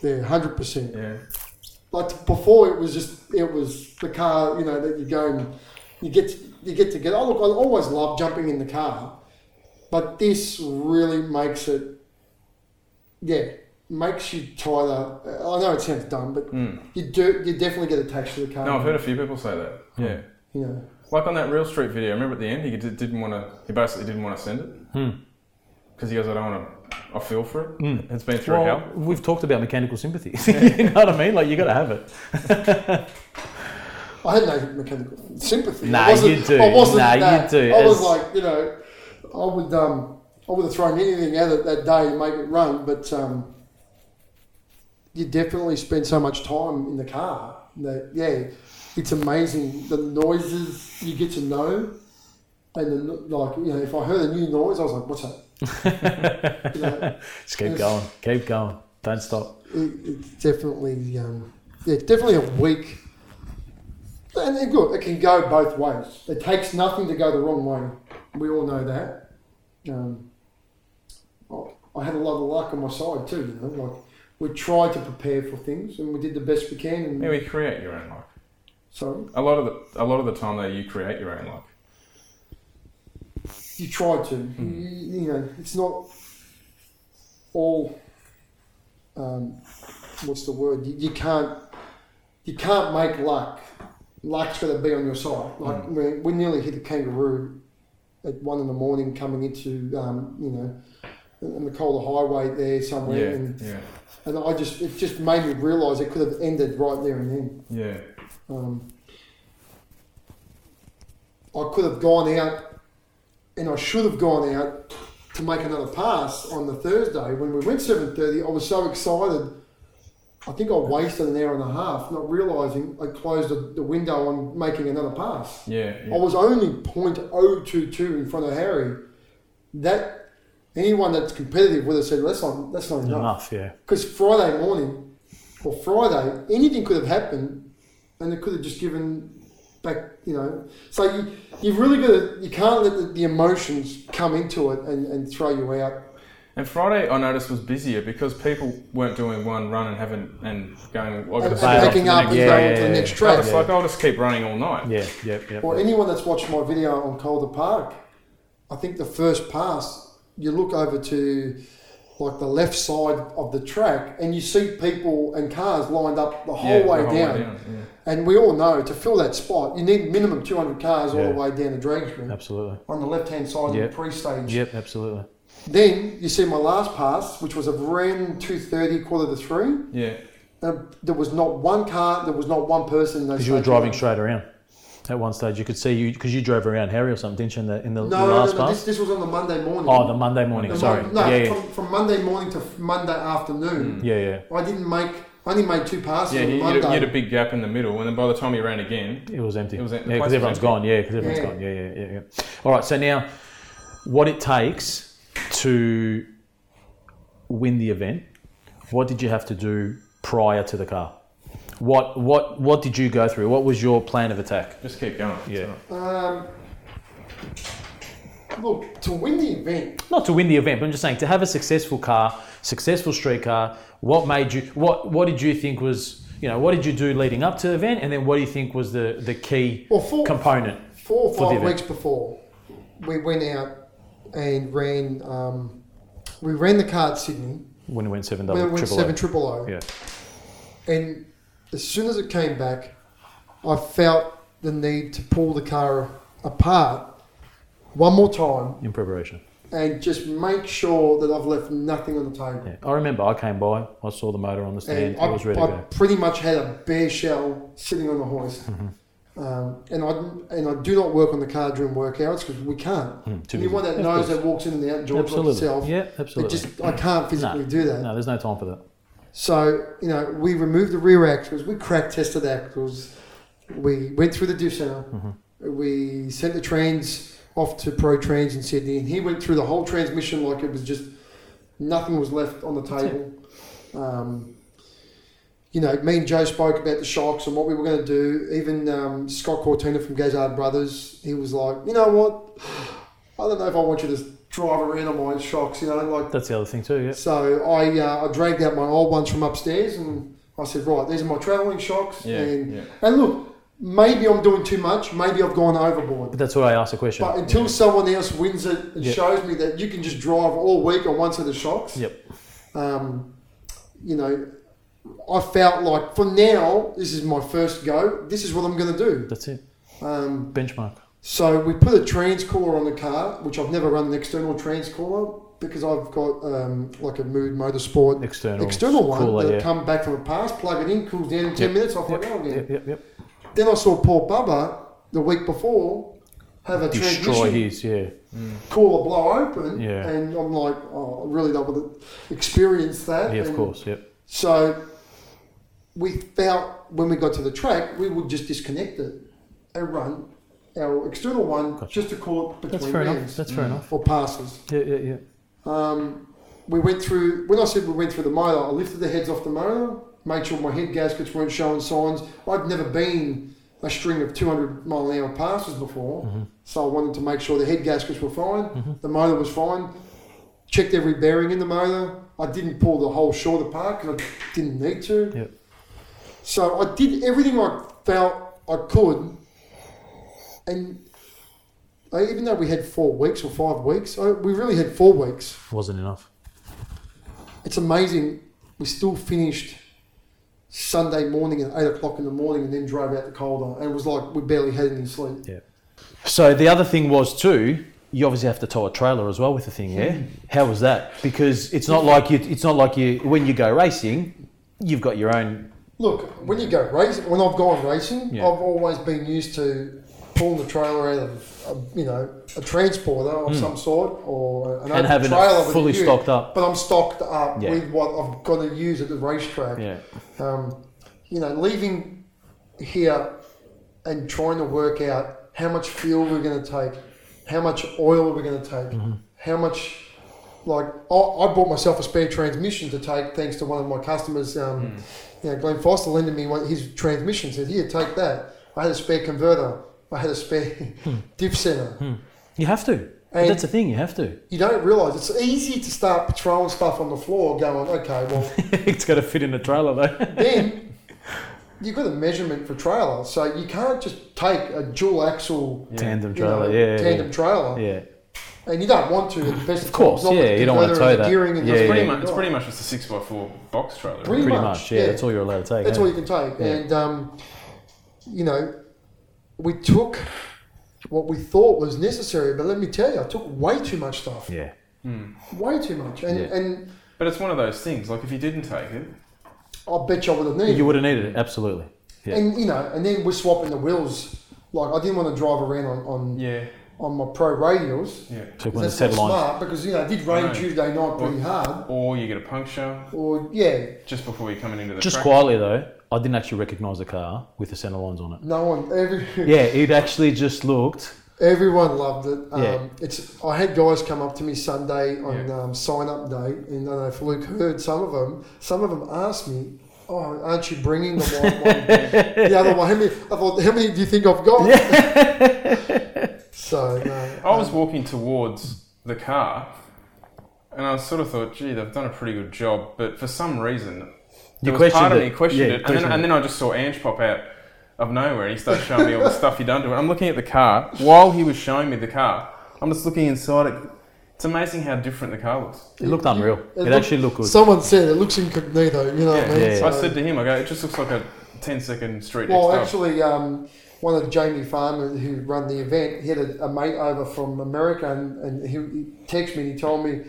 S3: Yeah, 100%.
S1: Yeah.
S3: Like before, it was just, it was the car, you know, that you go and you get, you get to get. Oh, look, I always love jumping in the car, but this really makes it, yeah, makes you tighter. I know it sounds dumb, but
S1: Mm.
S3: You do. You definitely get attached to the car.
S1: No, I've heard a few people say that. Yeah.
S3: You know.
S1: Like on that Real Street video, remember at the end, he did, didn't want to. He basically didn't want to send it
S2: Hmm.
S1: because he goes, "I don't want to. I feel for it. It's been through
S2: Well,
S1: hell."
S2: we've talked about mechanical sympathy. <laughs> you know what I mean? Like you got to have it.
S3: I had no mechanical sympathy.
S2: Nah,
S3: I wasn't,
S2: you do.
S3: I wasn't
S2: Nah, you
S3: that.
S2: do.
S3: I was
S2: It's-
S3: like, you know, I would um, I would have thrown anything at it that day to make it run, but um, you definitely spend so much time in the car that yeah, it's amazing the noises you get to know, and the, no- like you know, if I heard a new noise, I was like, what's that? you know,
S2: <laughs> Just keep
S3: Yes.
S2: going. Keep going. Don't stop.
S3: it, it's definitely um, yeah, definitely a week. And then good, it can go both ways. It takes nothing to go the wrong way. We all know that. Um, oh, I- I had a lot of luck on my side too. You know, like we tried to prepare for things and we did the best we can. And
S1: Yeah, we create your own luck.
S3: so
S1: A lot of the a lot of the time, though, you create your own luck.
S3: you try to. You, you know, it's not all. Um, what's the word? You, you can't. You can't make luck. Luck's got to be on your side. Like we, we nearly hit a kangaroo at one in the morning coming into um, you know on the Calder Highway there somewhere,
S1: Yeah,
S3: and,
S1: yeah,
S3: and I just it just made me realise it could have ended right there and then.
S1: yeah,
S3: Um, I could have gone out, and I should have gone out to make another pass on the Thursday when we went seven thirty. I was so excited. I think I wasted an hour and a half, not realising I closed the, the window on making another pass.
S1: yeah,
S3: I
S1: yeah.
S3: was only .022 in front of Harry. That anyone that's competitive would have said, "That's not that's not
S2: Enough,
S3: enough."
S2: yeah.
S3: Because Friday morning or Friday, anything could have happened, and it could have just given back. You know, so you you really got to you can't let the, the emotions come into it and, and throw you out.
S1: And Friday, I noticed was busier because people weren't doing one run and having and going. Well, I got to
S3: And, and
S1: bail off
S3: packing
S1: the
S3: up
S1: next
S3: and
S2: yeah,
S1: run."
S3: going to
S2: yeah,
S3: the
S2: yeah.
S3: next
S1: I
S3: track.
S1: was like, I'll just keep running all night.
S2: Yeah, yep, yep.
S3: Or anyone that's watched my video on Calder Park, I think the first pass, you look over to like the left side of the track and you see people and cars lined up the whole,
S1: Yeah, the
S3: way,
S1: whole
S3: down.
S1: yeah.
S3: And we all know to fill that spot, you need minimum 200 cars all
S2: Yeah.
S3: the way down the drag strip
S2: Absolutely.
S3: on the left hand side
S2: Yeah.
S3: of the pre stage.
S2: Yep, absolutely.
S3: Then you see my last pass, which was around 2.30, quarter to three.
S1: Yeah,
S3: And there was not one car, there was not one person. in those
S2: Because you were
S3: stations.
S2: driving straight around. At one stage, you could see you because you drove around Harry or something, didn't you? In the, in the,
S3: No,
S2: the
S3: no,
S2: last
S3: no,
S2: pass.
S3: This, this was on the Monday morning.
S2: oh, the Monday morning.
S3: The
S2: Sorry.
S3: Mon- no,
S2: yeah, yeah.
S3: from, from Monday morning to f- Monday afternoon.
S2: yeah, yeah.
S3: I didn't make, I only made two passes
S1: yeah.
S3: on
S1: You, you, had a,
S3: Monday.
S1: you had a big gap in the middle, and then by the time you ran again,
S2: It was empty.
S1: It was em- the
S2: yeah,
S1: place
S2: because
S1: was
S2: everyone's
S1: empty.
S2: gone. Yeah, because everyone's
S3: Yeah.
S2: gone. Yeah, yeah, yeah, yeah. All right. So now, what it takes to win the event? What did you have to do prior to the car? What what what did you go through? What was your plan of attack?
S1: just keep going. It's
S2: Yeah.
S1: all right.
S3: um, look, to win the event,
S2: Not to win the event, but I'm just saying to have a successful car, successful street car. What made you? What what did you think was? You know, what did you do leading up to the event, and then what do you think was the the key
S3: well, four,
S2: component?
S3: four or
S2: for the
S3: five
S2: event.
S3: weeks before, we went out and ran, um, we ran the car at Sydney.
S2: When it went seven
S3: When
S2: double
S3: it went
S2: triple O.
S3: 7 triple O.
S2: Yeah.
S3: And as soon as it came back, I felt the need to pull the car apart one more time
S2: in preparation.
S3: and just make sure that I've left nothing on the table.
S2: Yeah, I remember I came by, I saw the motor on the stand,
S3: And
S2: I
S3: I,
S2: was ready
S3: I
S2: to go.
S3: pretty much had a bare shell sitting on the hoist.
S2: <laughs> Mm-hmm.
S3: Um, and I and I do not work on the car during work hours because we can't.
S2: Mm, too
S3: Anyone
S2: busy.
S3: that
S2: Of
S3: knows
S2: course.
S3: that walks in and out, George
S2: absolutely.
S3: like yourself,
S2: yeah,
S3: it
S2: absolutely.
S3: just I can't physically do that.
S2: no, there's no time for that.
S3: So, you know, we removed the rear axles, we crack tested the axles, we went through the diff center, we sent the trans off to Pro Trans in Sydney, and he went through the whole transmission like it was just nothing was left on the table. Um, you know, me and Joe spoke about the shocks and what we were going to do. Even um, Scott Cortina from Gazard Brothers, he was like, you know what? I don't know if I want you to drive around on my shocks, you know, like
S2: That's the other thing too, yeah.
S3: so I, uh, I dragged out my old ones from upstairs and I said, right, these are my travelling shocks.
S1: Yeah,
S3: and,
S1: yeah.
S3: and look, maybe I'm doing too much. Maybe I've gone overboard.
S2: But that's why I asked the question.
S3: But until someone else wins it and
S2: Yeah.
S3: shows me that you can just drive all week on one set of shocks,
S2: Yep.
S3: um, you know, I felt like for now, this is my first go. This is what I'm going to do.
S2: That's it.
S3: Um,
S2: Benchmark.
S3: so we put a trans cooler on the car, which I've never run an external trans cooler because I've got um, like a Mood Motorsport
S2: External.
S3: external one
S2: cooler,
S3: that
S2: yeah.
S3: come back from the past, plug it in, cools down in 10
S2: Yep.
S3: minutes, off I go again.
S2: Yep, yep, yep.
S3: Then I saw Paul Bubba the week before have a
S2: Destroy
S3: transmission
S2: his, yeah.
S3: cooler blow open,
S2: Yeah.
S3: and I'm like, oh, I really don't want to experience that.
S2: Yeah, of
S3: And
S2: course, yep.
S3: So we felt when we got to the track, we would just disconnect it and run our external one
S2: Gotcha.
S3: just to call it
S2: That's
S3: between Mm.
S2: fair enough.
S3: rounds
S2: That's fair enough.
S3: or passes.
S2: Yeah, yeah, yeah.
S3: Um, we went through, when I said we went through the motor, I lifted the heads off the motor, made sure my head gaskets weren't showing signs. I'd never been a string of 200 mile an hour passes before, so I wanted to make sure the head gaskets were fine, the motor was fine. Checked every bearing in the motor. I didn't pull the whole short apart because I didn't need to.
S2: Yep.
S3: So I did everything I felt I could, and I, even though we had four weeks or five weeks, I, we really had four weeks
S2: Wasn't enough.
S3: it's amazing. We still finished Sunday morning at eight o'clock in the morning, and then drove out to Calder, and it was like we barely had any sleep.
S2: So the other thing was too, you obviously have to tow a trailer as well with the thing, yeah? How was that? Because it's not like you. It's not like you when you go racing, you've got your own.
S3: Look, when you go racing, when I've gone racing,
S2: Yeah.
S3: I've always been used to pulling the trailer out of, a, you know, a transporter of some sort or an
S2: Hmm.
S3: open
S2: having it
S3: trailer with a
S2: fully
S3: unit.
S2: stocked up.
S3: But I'm stocked up
S2: Yeah.
S3: with what I've got to use at the racetrack.
S2: Yeah,
S3: Um, you know, leaving here and trying to work out how much fuel we're going to take, how much oil we're going to take, how much. Like I, I bought myself a spare transmission to take, thanks to one of my customers. Um, You know, Glenn Foster lended me one, his transmission. Said, "Here, take that." I had a spare converter. I had a spare <laughs> diff center.
S2: you have to. But
S3: And-
S2: that's the thing. You have to. <laughs>
S3: You don't realise it's easy to start patrolling stuff on the floor, going, "Okay, well,
S2: it's got to fit in the trailer though.
S3: then you've got a measurement for trailer, so you can't just take a dual axle
S2: <laughs> Tandem
S3: you
S2: trailer.
S3: know,
S2: yeah,
S3: tandem
S2: yeah,
S3: trailer,
S2: yeah.
S3: and you don't want to. at The best
S2: Of course,
S3: times, not
S2: yeah,
S3: with the
S2: you don't wanna
S3: weather and
S2: tow
S3: the
S2: that.
S3: gearing and the-
S2: Yeah,
S1: It's pretty,
S2: yeah.
S1: much, it's pretty much just a six x four box trailer.
S3: Pretty
S1: right?
S2: Pretty
S3: much,
S2: much. yeah,
S3: yeah.
S2: that's all you're allowed to take.
S3: That's
S2: eh?
S3: all you can take,
S2: Yeah.
S3: and um, you know, we took what we thought was necessary, but let me tell you, I took way too much stuff,
S2: Yeah.
S3: way too much, and
S2: Yeah.
S3: and
S1: But it's one of those things. Like if you didn't take it,
S3: I bet you I would have needed.
S2: You would have needed it, absolutely. Yeah.
S3: And you know, and then we're swapping the wheels. Like I didn't want to drive around on on,
S1: yeah, on
S3: on my pro radials.
S1: yeah.
S2: So when
S3: That's
S2: it's
S3: not
S2: headline,
S3: smart because you know it did rain
S1: No.
S3: Tuesday night pretty hard.
S1: Or you get a puncture
S3: Or yeah,
S1: just before you're coming into the
S2: just
S1: track.
S2: quietly though, I didn't actually recognise the car with the centre lines on it.
S3: no one every
S2: Yeah, it actually just looked.
S3: <laughs> everyone loved it. Um,
S2: Yeah.
S3: It's I had guys come up to me Sunday on
S1: Yeah.
S3: um, sign up day, and I don't know if Luke heard some of them. Some of them asked me. Oh, aren't you bringing the white one? the other one. How many? I thought, how many do you think I've got? <laughs> so, no, um,
S1: I was walking towards the car, and I sort of thought, "Gee, they've done a pretty good job." But for some reason, there was part
S2: questioned
S1: of
S2: it.
S1: me questioned
S2: Yeah,
S1: it, and,
S2: questioned
S1: then, and
S2: it.
S1: then I just saw Ange pop out of nowhere, and he started showing
S2: <laughs>
S1: me all the stuff he'd done to it. I'm looking at the car while he was showing me the car. I'm just looking inside it. It's amazing how different the car looks.
S2: It looked unreal. It,
S3: looked-
S2: actually looked good.
S3: Someone said it looks incognito. You know what I
S1: Yeah,
S3: mean?
S2: yeah.
S1: I said to him, "I go, it just looks like a 10 second street
S3: Well,
S1: next door.
S3: actually, um, one of Jamie Farmer who run the event, he had a, a mate over from America, and, and he, he texted me and he told me,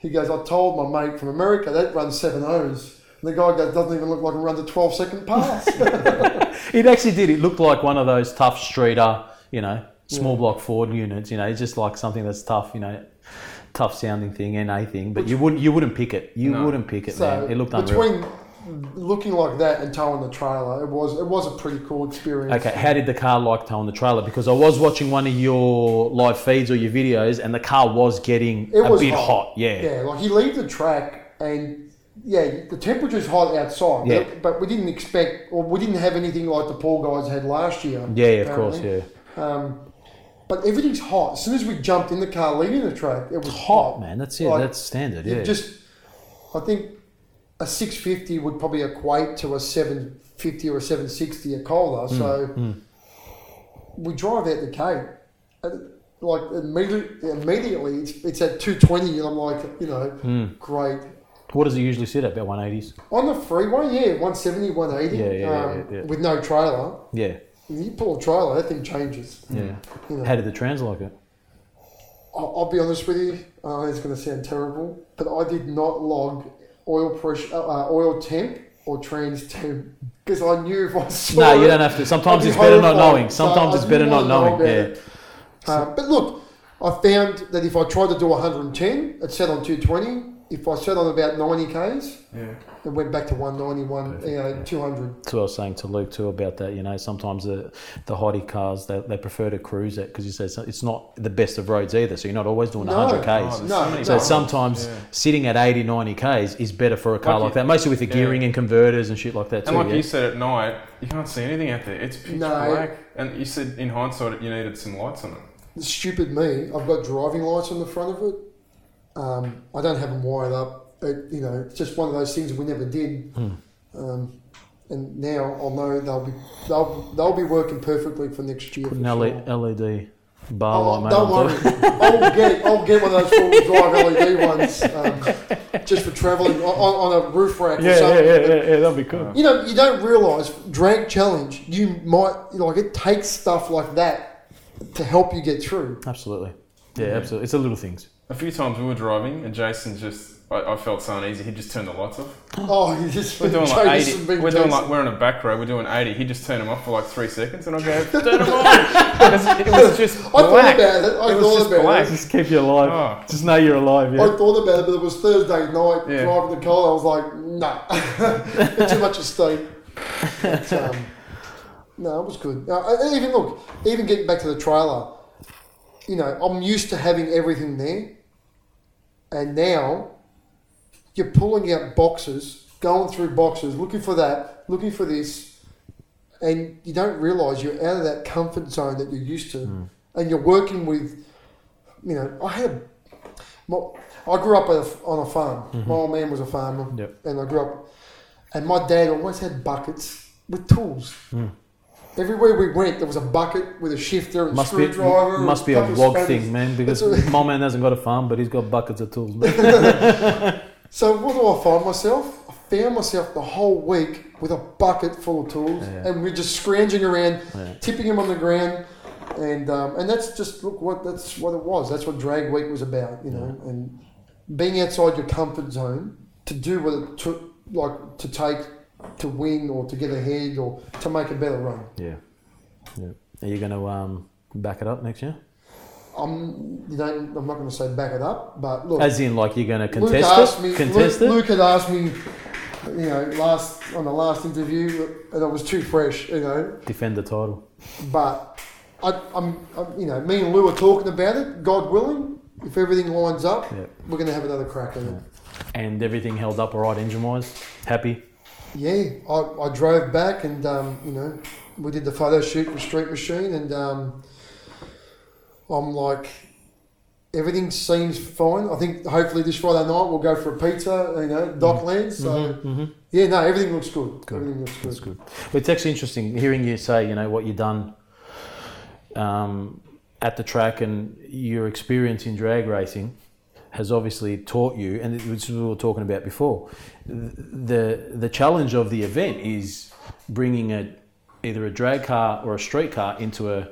S3: he goes, I told my mate from America that runs seven O's. And the guy goes, doesn't even look like it runs a
S2: <laughs>
S3: 12 second pass.
S2: It actually did. It looked like one of those tough streeter, you know, small block Ford units. You know, it's just like something that's tough. You know, tough sounding thing, NA thing. But you wouldn't, you wouldn't pick it. You
S1: No.
S2: wouldn't pick it,
S3: so
S2: man. It looked unreal.
S3: between looking like that and towing the trailer, it was it was a pretty cool experience.
S2: Okay, how did the car like tow on the trailer? Because I was watching one of your live feeds or your videos, and the car was getting
S3: It
S2: a
S3: was
S2: bit
S3: hot.
S2: hot. Yeah.
S3: Yeah, like you leave the track and yeah, the temperature's hot outside.
S2: Yeah.
S3: But, but we didn't expect, or we didn't have anything like the poor guys had last year.
S2: Yeah, yeah, of course,
S3: apparently.
S2: yeah.
S3: Um, but everything's hot. As soon as we jumped in the car leaving the track, it was hot,
S2: Hot, man. That's it.
S3: Like,
S2: that's standard.
S3: you
S2: Yeah.
S3: Just, I think a 650 would probably equate to a 750 or a 760 a Kohler.
S2: Mm,
S3: So we drive out the Cape. and, Like immediately, immediately it's, it's at 220, and I'm like, you know,
S2: Mm.
S3: great.
S2: what does it usually sit at? About one eighties.
S3: On the freeway, yeah, 170, 180,
S2: Yeah, yeah, yeah,
S3: um,
S2: yeah, yeah.
S3: with no trailer.
S2: Yeah.
S3: You pull a trailer, that thing changes.
S2: Yeah.
S3: You know.
S2: How did the trans like it?
S3: I'll, I'll be honest with you. Uh, it's going to sound terrible, but I did not log oil pressure, uh, oil temp or trans temp because I knew if I saw.
S2: No, you
S3: it,
S2: don't have to. Sometimes
S3: I'd be
S2: it's better not
S3: horrified.
S2: knowing.
S3: So
S2: Sometimes
S3: I
S2: it's better
S3: didn't
S2: not
S3: wanna know
S2: knowing.
S3: about
S2: Yeah.
S3: it. Um, but look, I found that if I tried to do 110, it set on 220. If I set on about 90 k's,
S1: Yeah.
S3: it went back to 191, you know, 200.
S2: That's what I was saying to Luke too about that. You know, sometimes the the hottie cars they, they prefer to cruise it because you said so- it's not the best of roads either. So you're not always doing
S3: No.
S2: 100
S1: Oh,
S2: k's.
S1: there's
S3: No,
S1: many
S2: So
S3: no.
S1: cars.
S2: sometimes
S1: Yeah.
S2: sitting at 80, 90 k's is better for a car
S1: Like
S2: like,
S1: you-
S2: that, mostly with the
S1: yeah.
S2: gearing and converters and shit like that too.
S1: And like
S2: yeah.
S1: you said at night, you can't see anything out there. It's pitch
S3: No.
S1: black. And you said in hindsight you needed some lights on it.
S3: Stupid me, I've got driving lights on the front of it. Um, I don't have them wired up. It, you know, it's just one of those things we never did.
S2: Hmm.
S3: Um, and now I'll know they'll be they'll they'll be working perfectly for next year.
S2: Put an
S3: for sure.
S2: LED, LED E bar
S3: Oh,
S2: light, mate.
S3: don't
S2: on top. <laughs>
S3: worry, <laughs> I'll get I'll get one of those four wheel drive LED ones um, just for travelling on, on on a roof rack. or
S2: Yeah, yeah,
S3: something.
S2: yeah, yeah, yeah, that'd be cool.
S3: You know, you don't realise drag challenge. You might like it takes stuff like that to help you get through.
S2: Absolutely. Yeah, absolutely. It's the little things.
S1: A few times we were driving and Jason just, I, I felt so uneasy. He just turned the lights off.
S3: Oh, you just
S1: We're
S3: <laughs>
S1: doing like
S3: Jason
S1: 80.
S3: being
S1: We're doing
S3: Jason.
S1: like, we're on a back road. We're doing 80. He just turned them off for like three seconds and I
S3: <laughs>
S1: go, turn them off. It was just
S3: I thought
S1: black.
S3: about it. I
S1: It was
S3: thought
S1: just
S3: about
S1: black.
S3: it.
S2: Just keep you alive.
S1: Oh.
S2: Just know you're alive.
S3: I thought about it, but it was Thursday night
S1: Yeah.
S3: driving the car. I was like, no, <laughs> it's too much at stake.
S1: <laughs>
S3: But, um, no, it was good. Now, and even look, even getting back to the trailer, you know, I'm used to having everything there, and now you're pulling out boxes, going through boxes, looking for that, looking for this, and you don't realise you're out of that comfort zone that you're used to,
S2: Hmm.
S3: and you're working with, you know, I had, my, I grew up at a- on a farm. My old man was a farmer,
S2: Mm-hmm. Yep.
S3: and I grew up, and my dad always had buckets with tools.
S2: Hmm.
S3: Everywhere we went, there was a bucket with a shifter and
S2: Must be
S3: screwdriver. and
S2: must be a
S3: couple of
S2: wog
S3: spanners.
S2: thing, man. Because
S3: That's
S2: my man hasn't got a farm, but he's got buckets of tools.
S3: <laughs>
S2: Man.
S3: So what do I find myself? I found myself the whole week with a bucket full of tools,
S2: Yeah.
S3: and we're just scrounging around,
S2: Yeah.
S3: tipping them on the ground, and um, and that's just look what that's what it was. That's what drag week was about, you know, and being outside your comfort zone to do what it took, like to take to win or to get ahead or to make a better run.
S2: Yeah. yeah. Are you going to um, back it up next year?
S3: I'm you know I'm not going to say back it up, but look,
S2: As in, like you're going to
S3: Luke
S2: contest
S3: asked
S2: it?
S3: me.
S2: contest
S3: Luke,
S2: it?
S3: Luke had asked me, you know, last on the last interview, and I was too fresh, you know.
S2: Defend the title.
S3: But I, I'm, I'm, you know, me and Lou are talking about it. God willing, if everything lines up,
S2: Yeah.
S3: we're going to have another crack at it.
S2: And everything held up all right engine wise. Happy.
S3: Yeah, I, I drove back, and um, you know, we did the photo shoot with Street Machine, and um, I'm like. Everything seems fine. I think hopefully this Friday night we'll go for a pizza, you know, Docklands. So
S2: hmm
S3: Yeah, no, everything looks good.
S2: Good.
S3: Everything looks
S2: That's
S3: good.
S2: good. It's actually interesting hearing you say, you know, what you've done um, at the track and your experience in drag racing has obviously taught you, and it- which is what we were talking about before. The the challenge of the event is bringing a either a drag car or a street car into a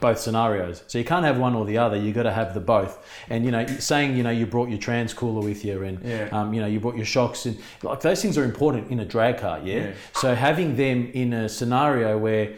S2: both scenarios. So you can't have one or the other. You got to have the both. And you know, saying you know you brought your trans cooler with you, and
S1: Yeah.
S2: um, you know you brought your shocks, and like those things are important in a drag car. Yeah.
S1: Yeah.
S2: So having them in a scenario where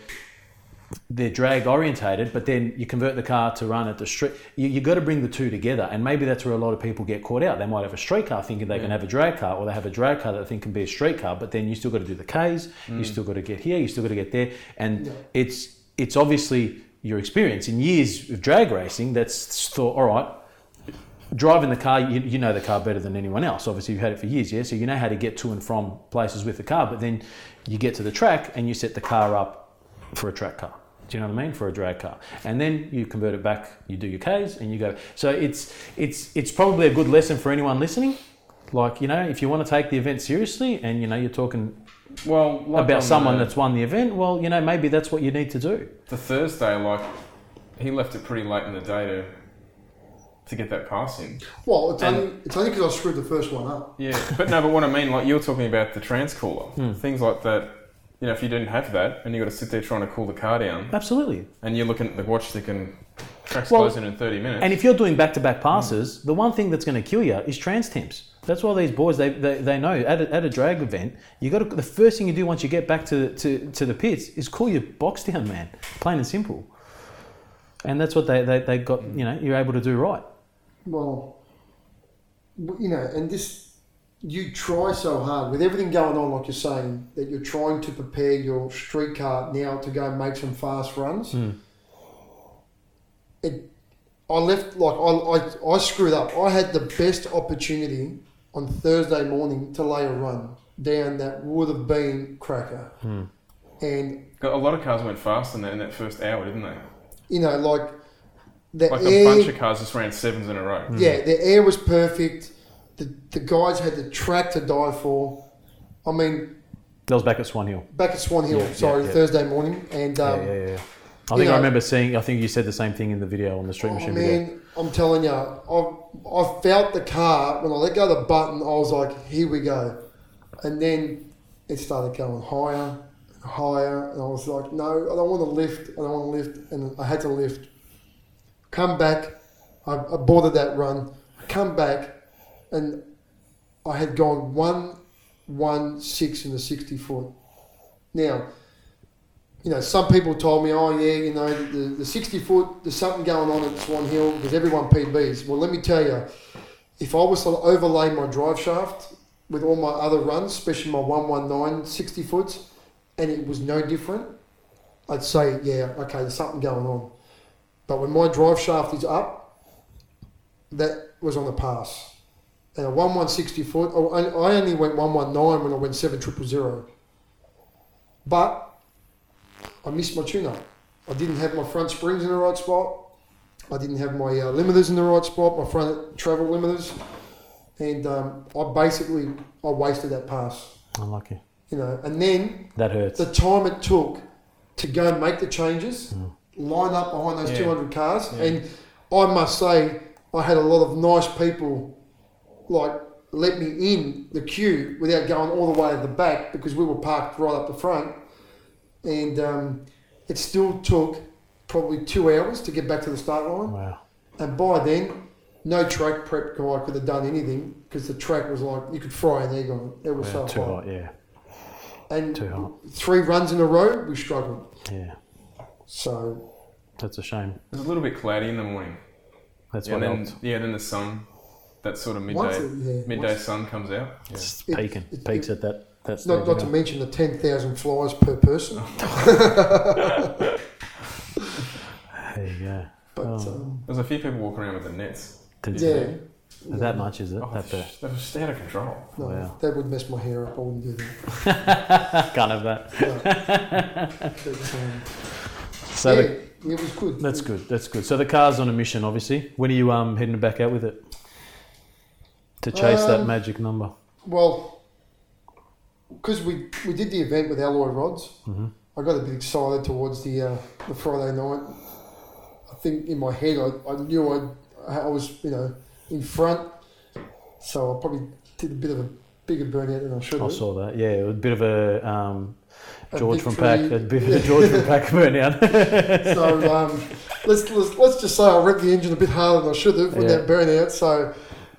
S2: they're drag orientated, but then you convert the car to run at the street. You, you got to bring the two together, and maybe that's where a lot of people get caught out. They might have a street car thinking they can have a drag car, or they have a drag car that they think can be a street car, but then you still got to do the K's, you still got to get here, you still got to get there, and it's it's obviously your experience in years of drag racing that's thought, all right, driving the car, you, you know the car better than anyone else. Obviously, you've had it for years, yeah. So you know how to get to and from places with the car. But then you get to the track and you set the car up for a track car. Do you know what I mean? For a drag car, and then you convert it back. You do your K's and you go. So it's it's it's probably a good lesson for anyone listening. Like you know, if you want to take the event seriously, and you know you're talking
S1: Well, like on
S2: about someone
S1: the,
S2: that's won the event, well, you know maybe that's what you need to do.
S1: the Thursday, like he left it pretty late in the day to to get that pass in.
S3: Well, it's
S1: And-
S3: only it's only because I screwed the first one up.
S1: Yeah, but no, but what I mean, like you were talking about the trans cooler,
S3: Hmm.
S1: things like that. You know, if you didn't have that, and you got to sit there trying to cool the car down,
S2: Absolutely.
S1: and you're looking at the watch that can track's
S2: Well,
S1: closing in 30 minutes.
S2: And if you're doing back-to-back passes, the one thing that's going to kill you is trans temps. That's why these boys they, they, they know at a, at a drag event you got to, the first thing you do once you get back to, to, to the pits is cool your box down, man. Plain and simple. And that's what they, they, they got. You know, you're able to do right.
S3: Well, w- you know, and this you try so hard with everything going on, like you're saying, that you're trying to prepare your street car now to go and make some fast runs.
S1: Hmm.
S3: It, I left like I, I I screwed up. I had the best opportunity on Thursday morning to lay a run down that would have been cracker,
S1: Hmm.
S3: and
S1: a lot of cars went fast in that, in that first hour, didn't they?
S3: you know, like the
S1: Like a
S3: air,
S1: bunch of cars just ran sevens in a row.
S2: Mm.
S3: yeah, the air was perfect. The the guys had the track to die for. I mean,
S2: That was back at Swan Hill.
S3: back at Swan Hill,
S2: Yeah, yeah,
S3: sorry,
S2: yeah.
S3: Thursday morning, and um,
S2: yeah, yeah, yeah. I
S3: you
S2: think I
S3: know-
S2: remember seeing. I think you said the same thing in the video on the street
S3: oh
S2: machine. video.
S3: man, I'm telling you, I I felt the car when I let go of the button. I was like, here we go, and then it started going higher. and Higher, and I was like, No, I don't want to lift, I don't want to lift, and I had to lift. Come back, I, I boarded that run. I come back, and I had gone one one six in the sixty foot. Now, you know, some people told me, oh yeah, you know, the, the sixty foot, there's something going on at Swan Hill because everyone PBs. Well, let me tell you, if I was to overlay my drive shaft with all my other runs, especially my 119 60 foots, and it was no different, I'd say, yeah, okay, there's something going on. But when my drive shaft is up, that was on the pass. And a 1160 foot, oh, I I only went 119 when I went 7000. But I missed my tune up. I didn't have my front springs in the right spot. I didn't have my uh, limiters in the right spot, my front travel limiters. And um, I basically, I wasted that pass,
S2: Unlucky.
S3: you know. And then
S2: That hurts.
S3: the time it took to go and make the changes,
S2: Hmm.
S3: line up behind those
S1: Yeah.
S3: 200 cars.
S1: Yeah.
S3: And I must say, I had a lot of nice people like let me in the queue without going all the way to the back because we were parked right up the front. And um, it still took probably two hours to get back to the start line.
S2: Wow.
S3: And by then, no track prep guy could have done anything because the track was like you could fry an egg on it. It was
S2: Wow,
S3: so
S2: Too
S3: hot.
S2: hot. Yeah.
S3: And
S2: Too hot.
S3: three runs in a row, we struggled.
S2: Yeah.
S3: So
S2: That's a shame.
S1: It was a little bit cloudy in the morning.
S2: That's
S1: and
S2: what
S1: then,
S2: helped.
S1: yeah, then the sun, that sort of midday,
S3: once it, yeah,
S1: midday
S3: once-
S1: sun comes out. Yeah.
S2: It's
S3: It-
S2: peaking.
S3: it-
S2: Peaks at that. That's
S3: not, not to mention the ten thousand flies per person.
S1: Oh.
S2: There you go.
S3: But
S2: Oh.
S3: um,
S1: There's a few people walking around with the nets.
S2: Did
S3: yeah,
S2: you- That much is it?
S1: Oh,
S2: That
S1: they
S2: bad. <laughs>
S1: was, that was just out of control.
S3: no,
S2: Wow.
S3: that would mess my hair up. I wouldn't do
S2: <laughs> Can't have that.
S3: that. No. But, um,
S2: So
S3: yeah,
S2: the,
S3: it was good.
S2: that's good. That's good. So the car's on a mission, obviously. When are you um heading back out with it? To chase that
S3: Um,
S2: magic number.
S3: Well, because we we did the event with alloy rods,
S2: Mm-hmm.
S3: I got a bit excited towards the uh, the Friday night. I think in my head, I, I knew I I was you know in front, so I probably did a bit of a bigger burnout than I should
S2: I
S3: have.
S2: saw that. Yeah, a bit of a um,
S3: A
S2: George
S3: big
S2: from Pack.
S3: tree.
S2: A bit of a George from Pack
S3: <laughs>
S2: burnout.
S3: so um, let's, let's let's just say I ripped the engine a bit harder than I should have with
S2: Yeah.
S3: that burnout. So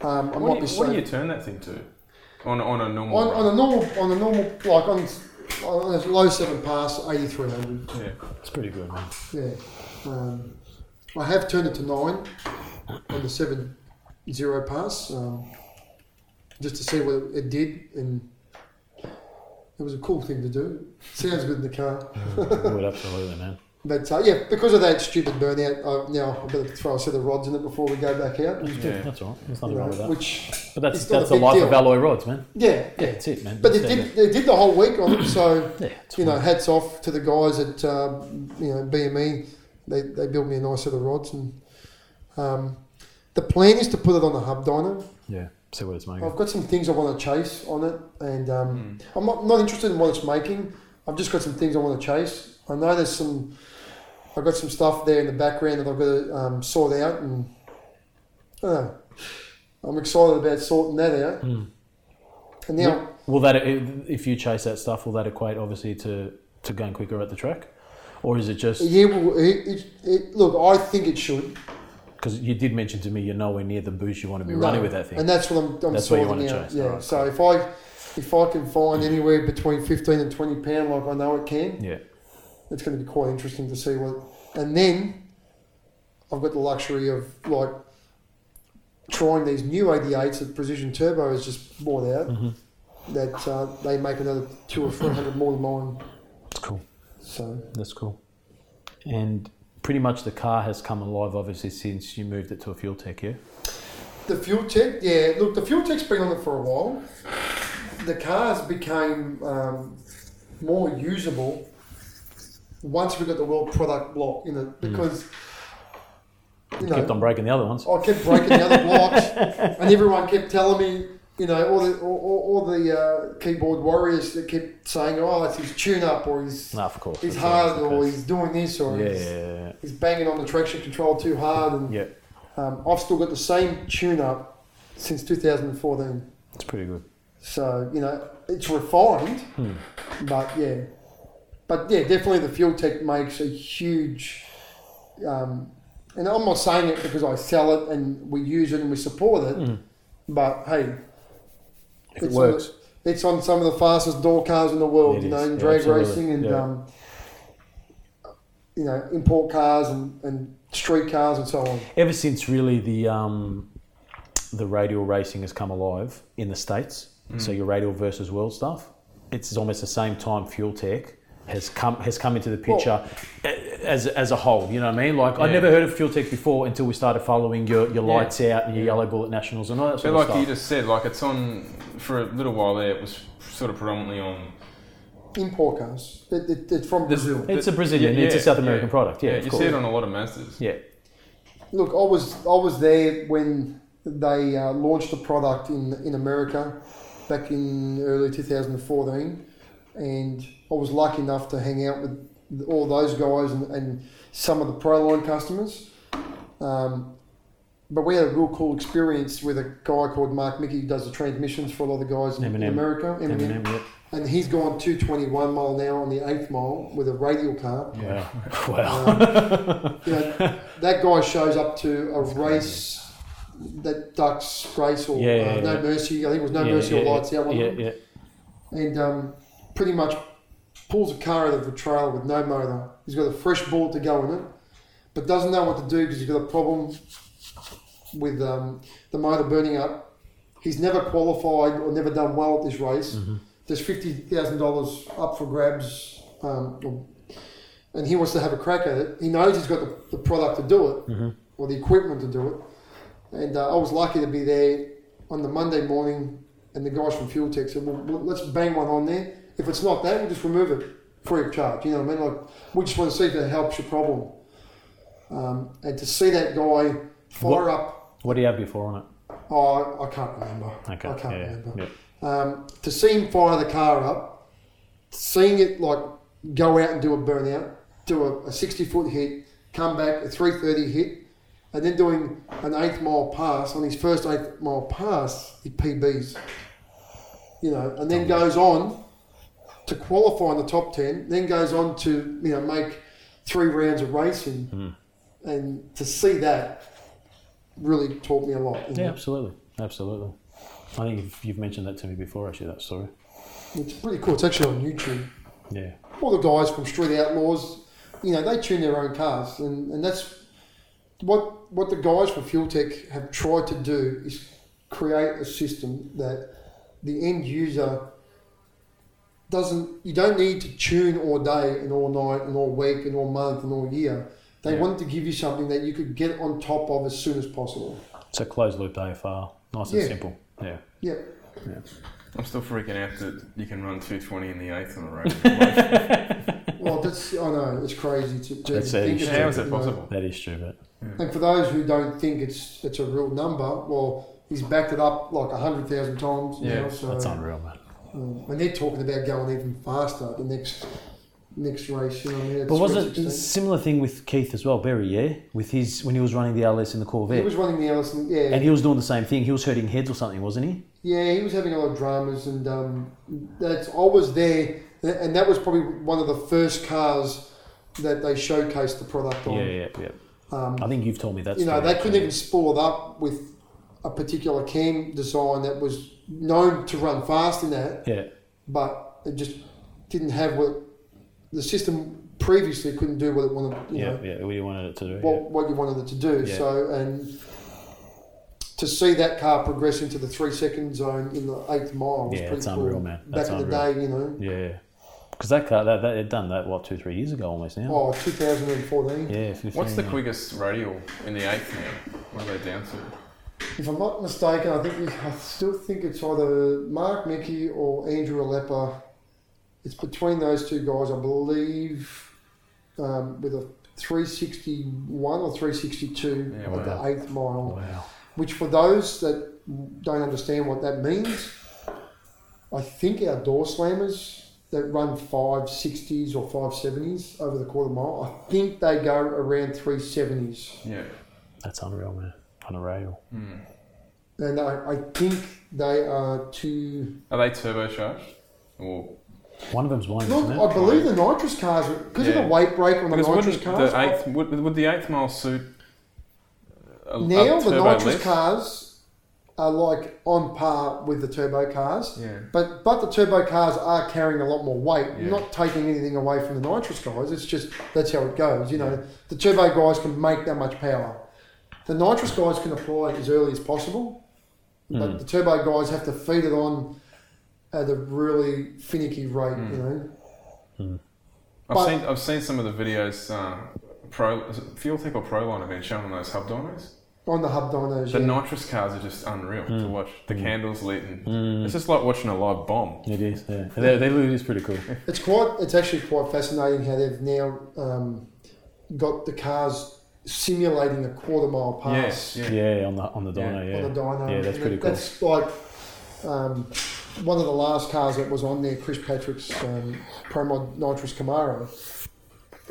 S3: um, I
S1: What
S3: might
S1: do,
S3: be
S1: you, what do
S3: safe.
S1: you turn that thing to? On, on a normal
S3: on,
S1: run?
S3: on a normal on a normal like on, on a low seven pass eighty three hundred.
S1: yeah.
S2: it's pretty good, man.
S3: Yeah, um, I have turned it to nine on the seven zero pass um, just to see what it did, and it was a cool thing to do. Sounds good in the car.
S2: Good, absolutely, man.
S3: But uh, yeah, because of that stupid burnout, uh, now I better throw a set of rods in it before we go back out.
S2: That's
S1: Yeah.
S2: good. That's all right. There's nothing wrong with that.
S3: Which
S2: But that's
S3: it's not
S2: that's
S3: a
S2: the
S3: big
S2: life of
S3: deal.
S2: alloy rods, man.
S3: yeah, yeah.
S2: That's it, man.
S3: But they
S2: That's
S3: did they did the whole week on it, so
S2: Yeah, it's
S3: you know,
S2: fine.
S3: hats off to the guys at um, you know BME. They they built me a nice set of rods, and um, the plan is to put it on the hub dyno.
S2: Yeah, see what it's making.
S3: I've got some things I want to chase on it, and um,
S2: Hmm.
S1: Mm.
S3: I'm not, not interested in what it's making. I've just got some things I want to chase. I know there's some. I've got some stuff there in the background that I've got to um, sort out, and I don't know. I'm excited about sorting that out.
S2: Mm.
S3: And now,
S2: Will that if you chase that stuff, will that equate obviously to to going quicker at the track, or is it just
S3: yeah, well, it, it, it, look, I think it should.
S2: because you did mention to me you're nowhere near the boost you want to be
S3: No.
S2: running with that thing?
S3: And that's what I'm, I'm
S2: That's what you
S3: sorting
S2: wanna
S3: out.
S2: chase,
S3: Yeah.
S2: alright,
S3: so if I if I can find anywhere between 15 and 20 pound, like I know it can,
S2: yeah,
S3: it's going to be quite interesting to see what. And then I've got the luxury of like trying these new 88s that Precision Turbo has just bought out.
S2: Mhm.
S3: That uh, they make another two or three hundred more than mine.
S2: that's cool.
S3: So
S2: That's cool. And pretty much the car has come alive obviously since you moved it to a fuel tech. Yeah,
S3: the fuel tech, yeah. Look, the fuel tech's been on it for a while. The cars became um, more usable once we got the world product block in it because you know
S2: Hmm. kept on breaking the other ones.
S3: I kept breaking the other
S2: <laughs>
S3: blocks, and everyone kept telling me, you know, all the all, all, all the uh, keyboard warriors that kept saying, "Oh, it's his tune-up, or he's
S2: Nah, of course.
S3: he's
S2: that's always
S3: hard,
S2: the
S3: or
S2: case.
S3: he's doing this, or
S2: yeah,
S3: he's,
S2: yeah,
S3: he's banging on the traction control too hard." And
S2: yeah, yeah.
S3: um, I've still got the same tune-up since 2014,
S2: It's pretty good.
S3: so you know it's refined,
S2: Hmm.
S3: but yeah, but yeah, definitely the fuel tech makes a huge um, and I'm not saying it because I sell it and we use it and we support it,
S2: Hmm.
S3: but hey,
S4: If it works.
S3: On the- it's on some of the fastest door cars in the world,
S2: It
S3: you know,
S2: is,
S3: in
S2: yeah,
S3: drag
S2: absolutely,
S3: racing and
S2: yeah.
S3: um, you know import cars and, and street cars and so on.
S2: Ever since really the um, the radial racing has come alive in the states,
S1: Mm.
S2: so your radial versus world stuff, it's almost the same time fuel tech has come has come into the picture a- as, as a whole. You know what I mean? Like I'd
S1: Yeah.
S2: never heard of fuel tech before until we started following your, your
S1: Yeah.
S2: lights out and your yellow bullet nationals and all that
S1: But
S2: sort
S1: like
S2: of stuff.
S1: you just said, like it's on for a little while there. It was sort of predominantly on.
S3: Import cars. It, it, it's from
S1: There's-
S3: Brazil.
S2: It's a Brazilian, it's a South American product, yeah, of
S1: you
S2: course.
S1: see it on a lot of Mazdas.
S2: yeah.
S3: Look, I was I was there when they uh, launched the product in in America back in early 2014, and I was lucky enough to hang out with all those guys and, and some of the Proline customers. Um, but we had a real cool experience with a guy called Mark Mickey who does the transmissions for a lot of the guys in
S2: M&M.
S3: America, Eminem,
S2: M&M, yeah.
S3: and he's gone 221 mile an hour on the eighth mile with a radial car.
S2: Wow. <laughs> wow.
S3: Um,
S2: <laughs>
S3: you know, that guy shows up to a race that ducks race or
S2: Yeah, yeah,
S3: uh, no
S2: yeah.
S3: mercy. I think it was no
S2: Yeah,
S3: mercy
S2: yeah,
S3: or lights out one,
S2: yeah,
S3: of them,
S2: yeah.
S3: and um, pretty much pulls a car out of a trailer with no motor. He's got a fresh ball to go in it, but doesn't know what to do because he's got a problem with um, the motor burning up. He's never qualified or never done well at this race. There's fifty thousand dollars up for grabs, um, or- and he wants to have a crack at it. He knows he's got the, the product to do it or the equipment to do it. And uh, I was lucky to be there on the Monday morning, and the guys from Fuel Tech said, "Well, well, let's bang one on there. If it's not that, we'll just remove it free of charge." You know what I mean? Like we just want to see if it helps your problem. Um, and to see that guy fire up
S2: What do you have before on it?
S3: Oh, I can't remember.
S2: Okay.
S3: I can't
S2: yeah,
S3: remember.
S2: yeah.
S3: Um, to see him fire the car up, seeing it like go out and do a burnout, do a, a 60 foot hit, come back, a 330 hit, and then doing an eighth mile pass. On his first eighth mile pass, he PBs. You know, and then goes on to qualify in the top 10, then goes on to, you know, make three rounds of racing.
S2: Hmm.
S3: And to see that really taught me a lot. you
S2: Yeah,
S3: know.
S2: absolutely, absolutely. I think you've, you've mentioned that to me before, actually. That story.
S3: It's pretty cool. It's actually on YouTube.
S2: Yeah,
S3: All the guys from Street Outlaws, you know, they tune their own cars, and, and that's what what the guys from Fuel Tech have tried to do is create a system that the end user doesn't. You don't need to tune all day and all night and all week and all month and all year. They
S1: Yeah.
S3: wanted to give you something that you could get on top of as soon as possible.
S2: so closed loop AFR, nice
S3: Yeah.
S2: and
S3: <laughs>
S2: simple. Yeah,
S3: Yeah,
S1: I'm still freaking out that you can run 220 in the eighth on
S2: <laughs>
S1: a road.
S3: well, that's I know it's crazy to, to
S2: That's it.
S3: think about,
S1: How is
S3: you
S1: that
S3: know.
S1: possible?
S2: that is true. But
S3: And for those who don't think it's it's a real number, well, he's backed it up like hundred thousand times. you
S1: Yeah,
S3: know, so,
S2: that's unreal, man.
S3: um, and they're talking about going even faster at the next next race. You know, what I mean? It's
S2: But wasn't
S3: really
S2: it a
S3: exciting.
S2: similar thing with Keith as well, Berry? Yeah, with his when he was running the LS in the
S3: He
S2: Corvette,
S3: was running the Ellison. Yeah,
S2: and he was doing the same thing. He was hurting heads or something, wasn't he?
S3: yeah, he was having a lot of dramas, and um, that's I was there, and that was probably one of the first cars that they showcased the product on.
S2: Yeah, yeah, yeah.
S3: Um,
S2: I think you've told me that.
S3: you know,
S2: story,
S3: they couldn't
S2: actually.
S3: even spool it up with a particular cam design that was known to run fast in that.
S2: Yeah,
S3: but it just didn't have what the system previously couldn't do what it wanted, you
S2: yeah,
S3: know,
S2: yeah. We wanted it to do.
S3: what, what you wanted it to do.
S2: Yeah.
S3: So, and to see that car progress into the three second zone in the eighth mile was
S2: Yeah,
S3: pretty
S2: it's
S3: cool.
S2: unreal, man. That's
S3: Back in
S2: unreal.
S3: the day, you know,
S2: yeah, because that car that, that they'd done that what two three years ago almost now.
S3: oh, 2014.
S2: Yeah, 15,
S1: What's the
S2: yeah.
S1: quickest radial in the eighth now? What are they down to?
S3: If I'm not mistaken, I think we- I still think it's either Mark Mickey or Andrew Aleppa. It's between those two guys, I believe, um, with a 361 or 362
S1: Yeah,
S3: at
S1: wow.
S3: the eighth mile.
S2: Wow.
S3: Which, for those that don't understand what that means, I think our door slammers that run 560s or 570s over the quarter mile, I think they go around 370s.
S1: Yeah.
S2: That's unreal, man. On a rail.
S1: Hmm.
S3: And I, I think they are two.
S1: Are they turbocharged? Or
S2: One of them's blind,
S3: Look,
S2: isn't it?
S3: I believe the nitrous cars because of
S1: Yeah.
S3: the weight break on the
S1: because
S3: nitrous
S1: wouldn't
S3: cars.
S1: the eighth would, would the eighth mile suit a,
S3: Now
S1: a
S3: the
S1: uh, turbo
S3: nitrous
S1: lift.
S3: cars are like on par with the turbo cars.
S1: Yeah.
S3: But but the turbo cars are carrying a lot more weight.
S1: Yeah.
S3: Not taking anything away from the nitrous guys. It's just that's how it goes. You know, the turbo guys can make that much power. The nitrous guys can apply it as early as possible,
S2: Hmm.
S1: Hmm.
S3: but the turbo guys have to feed it on at a really finicky rate.
S1: Hmm.
S3: You know,
S1: I've
S3: But-
S1: seen I've seen some of the videos. Uh, Pro is it Fuel Tech or Proline have been showing those hub dynos.
S3: on the hub dynos.
S1: The
S3: yeah.
S1: nitrous cars are just unreal to
S2: Hmm.
S1: watch. The candles lit, and it's just like watching a live bomb.
S2: It is. Hmm. Yeah, they, they look- it is pretty cool.
S3: It's quite. It's actually quite fascinating how they've now um, got the cars simulating a quarter mile pass
S1: Yes, yeah.
S2: Yeah, on the on the dyno. Yeah,
S3: on the dyno.
S2: Yeah, that's
S3: And
S2: pretty cool.
S3: That's like um, one of the last cars that was on there. Chris Patrick's um, Promod Nitrous Camaro.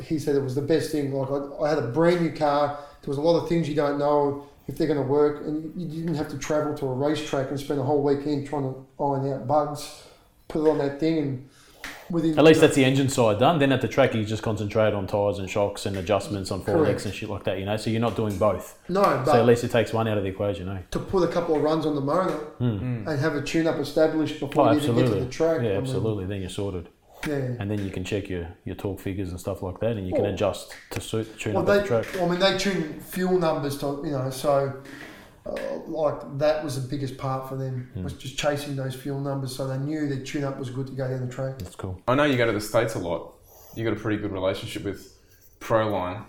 S3: He said it was the best thing. Like I, I had a brand new car. There was a lot of things you don't know if they're going to work, and you didn't have to travel to a racetrack and spend a whole weekend trying to iron out bugs. Put it on that thing, and within
S2: At least that's the engine side done. Then at the track, you just concentrate on tyres and shocks and adjustments on forelegs
S3: Correct.
S2: and shit like that. You know, so you're not doing both.
S3: no. But
S2: So at least it takes one out of the equation, eh?
S3: to put a couple of runs on the motor
S1: Hmm.
S3: and have a tune up established before
S2: Hmm. Oh,
S3: you even get to
S2: absolutely.
S3: the track. I
S2: yeah,
S3: mean,
S2: absolutely. Then you're sorted,
S3: yeah.
S2: and then you can check your your torque figures and stuff like that, and you can
S3: Oh.
S2: adjust to suit tune
S3: Well,
S2: up
S3: they,
S2: at the track.
S3: I mean, they tune fuel numbers to, you know, so uh, like that was the biggest part for them was just chasing those fuel numbers, so they knew their tune up was good to go down the
S2: <laughs>
S3: track.
S2: That's cool.
S1: I know you go to the states a lot. You got a pretty good relationship with Proline.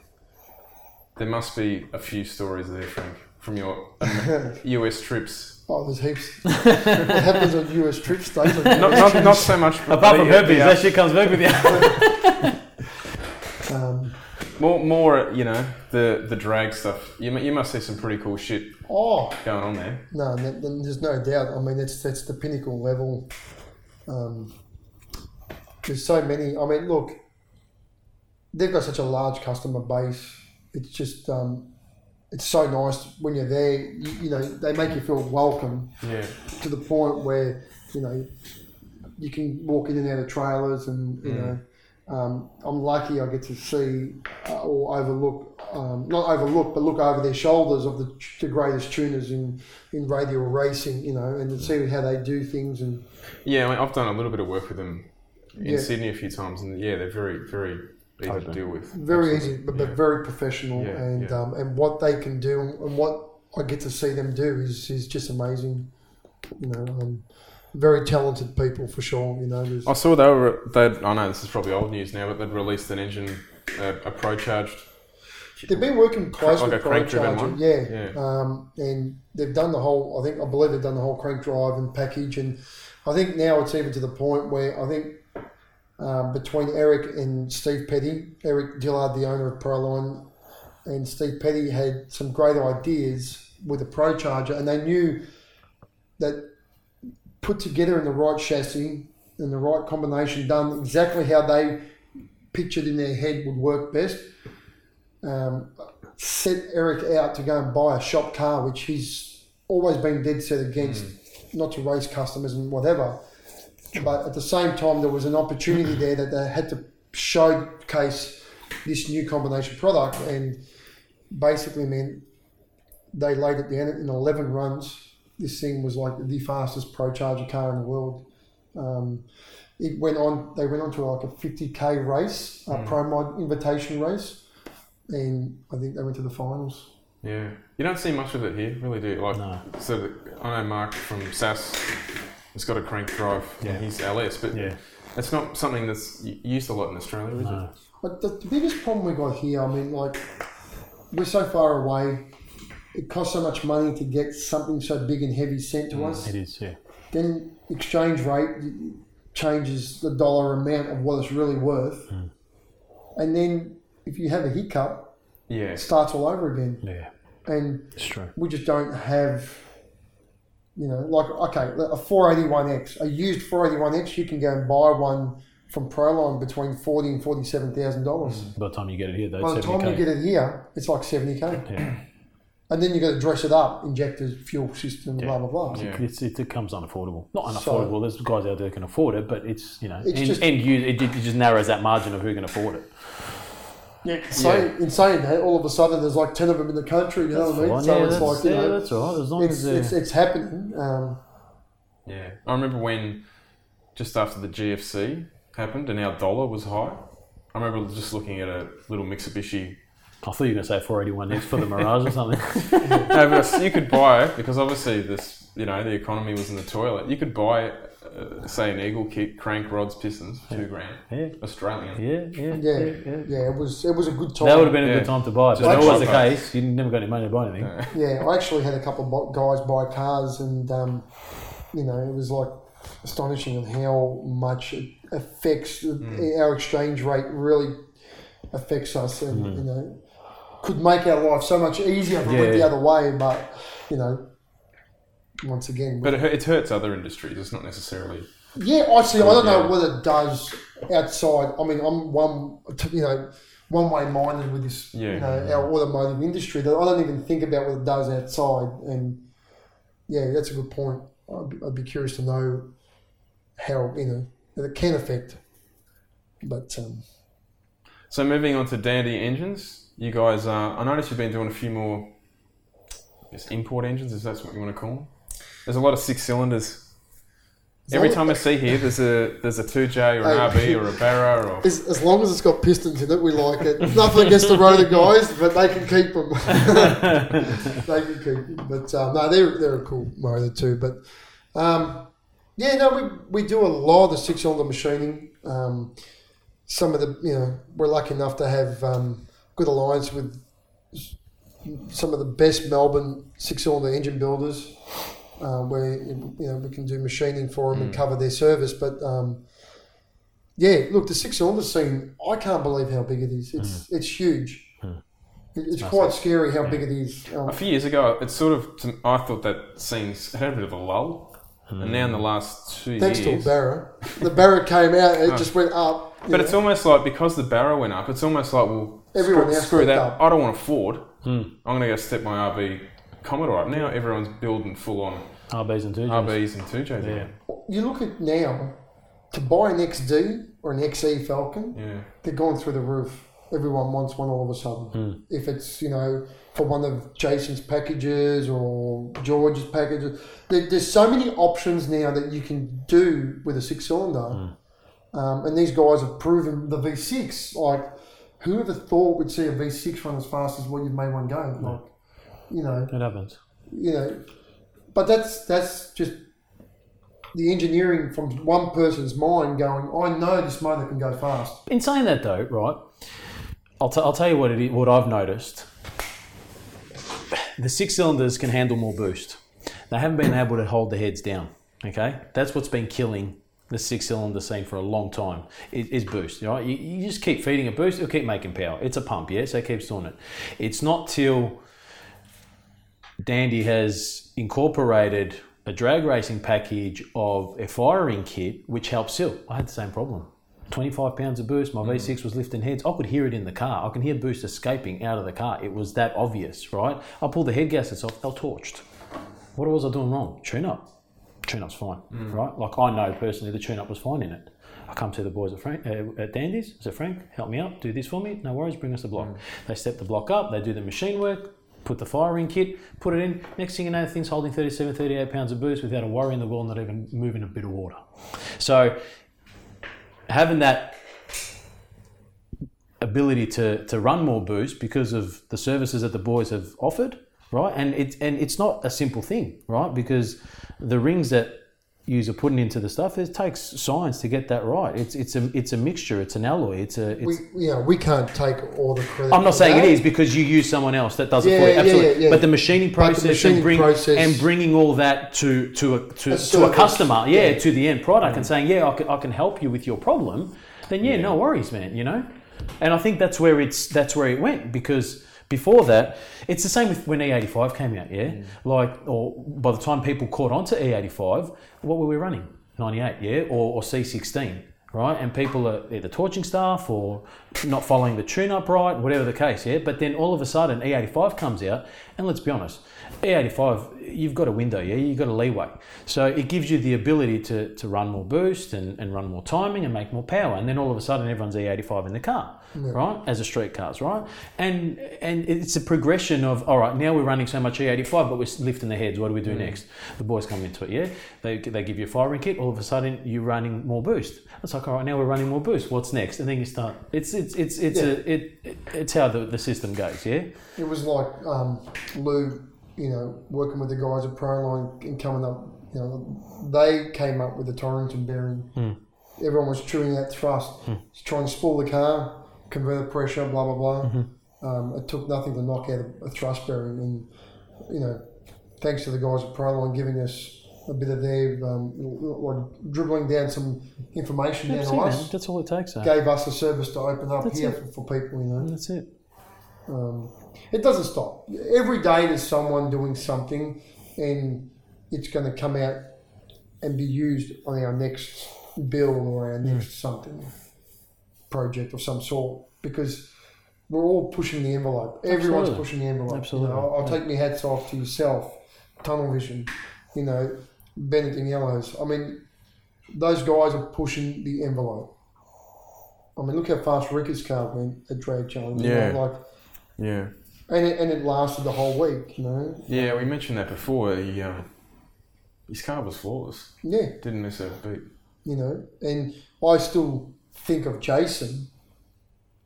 S1: There must be a few stories there, Frank, from your US trips.
S3: Oh, there's heaps. it happens on US trip states. like,
S1: Not, not, not so much.
S2: <laughs> Apart from
S1: the-
S2: herpes,
S1: the- uh,
S2: that shit comes back with you.
S3: um,
S1: More, more, you know, the the drag stuff. You, mu- you must see some pretty cool shit
S3: oh,
S1: going on there.
S3: No, th- th- there's no doubt. I mean, that's that's the pinnacle level. Um, there's so many. I mean, look, they've got such a large customer base. It's just, um, it's so nice when you're there. You, you know, they make you feel welcome
S1: Yeah.
S3: to the point where you know you can walk in and out of trailers, and
S1: Mm.
S3: you know, um, I'm lucky I get to see uh, or overlook, um, not overlook, but look over their shoulders of the, the greatest tuners in in radio racing, you know, and to see how they do things. And
S1: Yeah, I mean, I've done a little bit of work with them in
S3: Yeah.
S1: Sydney a few times, and yeah, they're very, very easy to
S2: Open.
S1: deal with.
S3: very easy, but, but
S1: Yeah.
S3: very professional,
S1: Yeah,
S3: and
S1: yeah.
S3: Um, and what they can do and what I get to see them do is is just amazing, you know. Um, very talented people for sure, you know. there's-
S1: I saw they were. They, I know this is probably old news now, but they'd released an engine, uh, a pro charged.
S3: They've been working close
S1: Like a
S3: with Pro
S1: crank-driven
S3: Charger,
S1: one?
S3: yeah.
S1: Yeah.
S3: Um, and they've done the whole. I think I believe they've done the whole crank drive and package, and I think now it's even to the point where I think um, between Eric and Steve Petty, Eric Dillard, the owner of Proline, and Steve Petty had some great ideas with the Pro Charger, and they knew that put together in the right chassis and the right combination, done exactly how they pictured in their head would work best. Um, set Eric out to go and buy a shop car, which he's always been dead set against, not to race customers and whatever. But at the same time, there was an opportunity there that they had to showcase this new combination product, and basically, man, they laid it down in 11 runs. This thing was like the fastest pro charger car in the world. Um, it went on. They went on to like a 50k race, a pro mod invitation race and I think they went to the finals.
S1: Yeah, you don't see much of it here, really, do you?
S2: <laughs>
S1: Like,
S2: No.
S1: so the, I know Mark from SAS has got a crank drive. Yeah,
S2: Yeah.
S1: he's LS, but
S2: Yeah.
S1: that's not something that's y- used a lot in Australia, is
S2: No.
S3: But the, the biggest problem we got here, I mean, like we're so far away. It costs so much money to get something so big and heavy sent to us.
S2: It is. Yeah.
S3: Then exchange rate changes the dollar amount of what it's really worth. And then if you have a hiccup,
S1: it? Yeah,
S3: it starts all over again.
S2: Yeah.
S3: And
S2: It's true.
S3: we just don't have, you know, like okay, a 481x, a used 481x, you can go and buy one from Proline between forty and forty-seven thousand dollars.
S2: By the time you get it here, though,
S3: By the
S2: it's
S3: time
S2: 70k.
S3: you get it here, it's like seventy k,
S2: yeah.
S3: and then you got to dress it up, injectors, fuel system, blah blah blah.
S1: Yeah.
S2: It's, it becomes unaffordable. Not
S3: So-
S2: unaffordable. There's guys out there that can afford it, but it's you know,
S3: It's
S2: end,
S3: just-
S2: end use, it, it just narrows that margin of who can afford it.
S3: Yeah, insane, insane. Hey, all of a sudden, there's like ten of them in the country. You know what I mean?
S2: Fine,
S3: So
S2: yeah,
S3: it's
S2: that's,
S3: like you
S2: yeah,
S3: know,
S2: that's all right. As long
S3: it's,
S2: as they're-
S3: it's it's happening. Um,
S1: Yeah. I remember when just after the GFC happened and our dollar was high. I remember just looking at a little Mitsubishi.
S2: I thought you were going to say 481 X for the Mirage or
S3: <laughs>
S2: something.
S1: No, but you could buy because obviously this, you know, the economy was in the toilet. You could buy, uh, say, an Eagle kick, crank, rods, pistons, for two grand,
S2: Yeah,
S1: Australian.
S2: yeah, yeah,
S3: yeah,
S2: yeah. yeah.
S3: yeah, it was it was a good time.
S2: That would have been a
S1: Yeah.
S2: good time to buy. it,
S1: Just
S2: But that was the
S1: like that.
S2: case. You never got any money to buy anything.
S3: Yeah, I actually had a couple of bo- guys buy cars, and um, you know, it was like astonishing on how much it affects our exchange rate. Really affects us, and you know, could make our life so much easier if it went the
S2: Yeah.
S3: other way. But you know, once again,
S1: But it, hu- it hurts other industries. It's not necessarily.
S3: Yeah, I see. I don't know
S1: Yeah.
S3: what it does outside. I mean, I'm one, you know, one way minded with this, you
S1: Yeah.
S3: know, our automotive industry that I don't even think about what it does outside. And yeah, that's a good point. I'd be, I'd be curious to know how you know that it can affect. But um,
S1: So moving on to Dandy engines, you guys. Uh, I noticed you've been doing a few more. I guess import engines, if that's what you want to call them. There's a lot of six cylinders.
S3: as
S1: Every
S3: long-
S1: time I see here, there's a there's a two J or an
S3: Hey.
S1: RB or a Barra or
S3: as, as long as it's got pistons in it, we like it. Nothing against the rotor guys, but they can keep them. they can keep them. But um, no, they're, they're a cool motor too. But um, yeah, no, we, we do a lot of the six cylinder machining. Um, some of the, you know, we're lucky enough to have um, good alliance with s- some of the best Melbourne six cylinder engine builders. Uh, where you know we can do machining for them
S1: Mm.
S3: and cover their service, but um, yeah, look, the six cylinder scene, I can't believe how big it is. It's
S1: Mm.
S3: it's huge.
S1: Hmm.
S3: It- It's quite scary how big it is. Um,
S1: a few years ago, it sort of to- I thought that scene's had a bit of a lull, and now in the last two
S3: thanks to a
S1: years,
S3: barra. The barra came out,
S1: <laughs>
S3: it just went up. you
S1: but
S3: know.
S1: it's almost like because the Barra went up, it's almost like well,
S3: Everyone
S1: screw,
S3: else
S1: screw
S3: went
S1: that.
S3: up.
S1: I don't want a Ford. I'm going to go step my RB Commodore up. Now everyone's building full on
S2: RBs and 2Gs.
S1: RBs and two J's.
S2: Yeah.
S3: you look at now, to buy an XD or an XE Falcon,
S1: yeah.
S3: they're going through the roof. Everyone wants one all of a sudden. If it's, you know, for one of Jason's packages or George's packages, there, there's so many options now that you can do with a six cylinder. Um, and these guys have proven the V6. Like, whoever thought we'd see a V6 run as fast as what you've made one go? Like, you know,
S2: It happens.
S3: you know, but that's that's just the engineering from one person's mind going. I know this motor can go fast.
S2: In saying that though, right, I'll, t- I'll tell you what it is, what I've noticed. The six cylinders can handle more boost. They haven't been able to hold the heads down. Okay, that's what's been killing the six cylinder scene for a long time. Is, is boost. You know, you, you just keep feeding a boost, it'll keep making power. It's a pump, yeah, so it keeps doing it. It's not till Dandy has incorporated a drag racing package of a firing kit, which helps seal. I had the same problem. 25 pounds of boost, my V6 was lifting heads. I could hear it in the car. I can hear boost escaping out of the car. It was that obvious, right? I pulled the head gaskets off, they were torched. What was I doing wrong? Tune up. Tune up's fine, right? Like I know personally the tune up was fine in it. I come to the boys at, Frank, uh, at Dandy's. I said, Frank, help me out. Do this for me. No worries. Bring us the block. They step the block up. They do the machine work. Put the firing kit. Put it in. Next thing you know, the thing's holding 37, 38 pounds of boost without a worry in the world, not even moving a bit of water. So having that ability to to run more boost because of the services that the boys have offered, right? And it's and it's not a simple thing, right? Because the rings that yous are putting into the stuff it takes science to get that right. It's it's a it's a mixture. It's an alloy. It's a it's,
S3: we, you know, we can't take all the credit.
S2: I'm not
S3: for
S2: saying
S3: that.
S2: it is because you use someone else that does it
S3: Yeah,
S2: for you.
S3: yeah,
S2: Absolutely.
S3: yeah, yeah.
S2: But the machining
S3: But the
S2: process,
S3: machining
S2: and, bring,
S3: process-
S2: and bringing all that to to a, to, to a
S3: service.
S2: customer, yeah, to the end product, and saying, yeah, I can, I can help you with your problem. Then yeah, no worries, man. You know, and I think that's where it's that's where it went because. Before that, it's the same with when E85 came out, yeah? Like, or by the time people caught on to E85, what were we running? 98, yeah? Or, or C16 right? And people are either torching stuff or not following the tune up right, whatever the case, yeah. But then all of a sudden, E85 E comes out, and And let's be honest, E85, E you've got a window, yeah, you've got a leeway. So it gives you the ability to, to run more boost and, and run more timing and make more power. And then all of a sudden, everyone's E85 in the car, right? As a street cars, right? And and it's a progression of, all right, now we're running so much E85, but we're lifting the heads. What do we do next? The boys come into it, yeah? They, they give you a firing kit. All of a sudden, you're running more boost. It's like, all right, now we're running more boost. What's next? And then you start. It's it's it's it's a, it, it it's how the, the system goes, yeah.
S3: It was like um, Lou, you know, working with the guys at Proline and coming up. You know, they came up with the Torrington bearing.
S2: Hmm.
S3: Everyone was chewing that thrust, trying to spool the car, convert the pressure, blah blah blah.
S2: Mm-hmm.
S3: Um, it took nothing to knock out a, a thrust bearing, and you know, thanks to the guys at Proline giving us. A bit of their um, like dribbling down some information down to us.
S2: That's all it takes. eh?
S3: gave us a service to open up
S2: That's
S3: here
S2: it.
S3: for, for people. You know,
S2: That's it.
S3: um, it doesn't stop. Every day there's someone doing something, and it's going to come out and be used on our next bill or our next
S2: Hmm.
S3: something project of some sort because we're all pushing the envelope. Everyone's
S2: Absolutely.
S3: pushing the envelope.
S2: Absolutely.
S3: You know, I'll, I'll take my hats off to yourself, Tunnel Vision, you know, Bennett and Yellows. I mean, those guys are pushing the envelope. I mean, look how fast Ricker's car went at Drag Challenge. you know,
S1: Yeah.
S3: like,
S1: Yeah.
S3: and it, and it lasted the whole week, you know.
S1: Yeah, we mentioned that before. He, um, his car was flawless.
S3: Yeah,
S1: Didn't miss a beat.
S3: you know. And I still think of Jason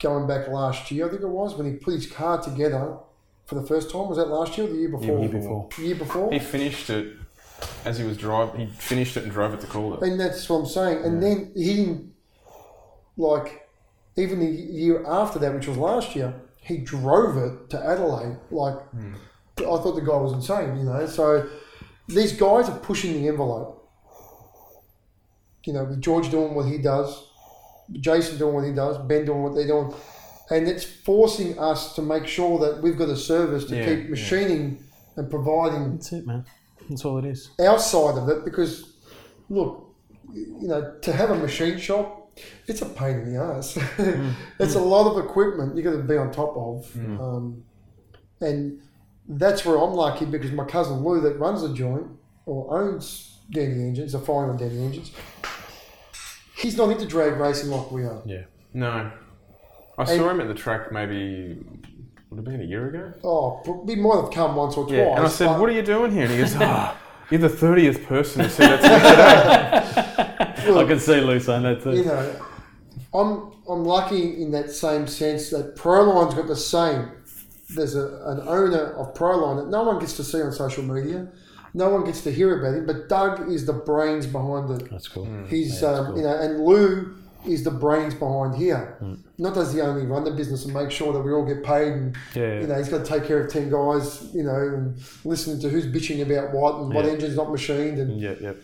S3: going back last year. I think it was when he put his car together for the first time. Was that last year or the year before?
S1: Year before.
S3: Year before.
S1: He finished it as he was driving. He finished it and drove it to Calder.
S3: And that's what I'm saying. And then he didn't, like, even the year after that, which was last year, he drove it to Adelaide. Like,
S1: Hmm.
S3: I thought the guy was insane, you know. So these guys are pushing the envelope. You know, with George doing what he does, Jason doing what he does, Ben doing what they're doing. And it's forcing us to make sure that we've got a service to
S1: Yeah,
S3: keep
S1: yeah.
S3: machining and providing
S2: That's it, man. That's all it is.
S3: outside of it because look you know to have a machine shop it's a pain in the ass <laughs>
S1: Mm.
S3: it's a lot of equipment you got to be on top of um, and that's where i'm lucky because my cousin lou that runs the joint or owns danny engines a fine on danny engines he's not into drag racing like we are
S2: Yeah.
S1: No. I saw him at the track maybe, would it have been a year ago?
S3: oh but we might have come once or
S1: Yeah.
S3: twice
S1: and I said,
S3: but-
S1: What are you doing here?
S2: <laughs>
S1: And he goes, Ah, you're the 30th person to say that to me."
S2: I can see Lou saying that too.
S3: you know, I'm I'm lucky in that same sense that Proline's got the same. There's a, an owner of Proline that no one gets to see on social media, no one gets to hear about him. But Doug is the brains behind it.
S2: Mm, That's cool.
S3: He's um, you know, and Lou is the brains behind here. Not does he only run the business and make sure that we all get paid and
S2: Mm. Yeah.
S3: you know, he's got to take care of 10 guys, you know, and listening to who's bitching about what and what
S2: Yeah.
S3: engine's not machined. And
S2: Yep, yep.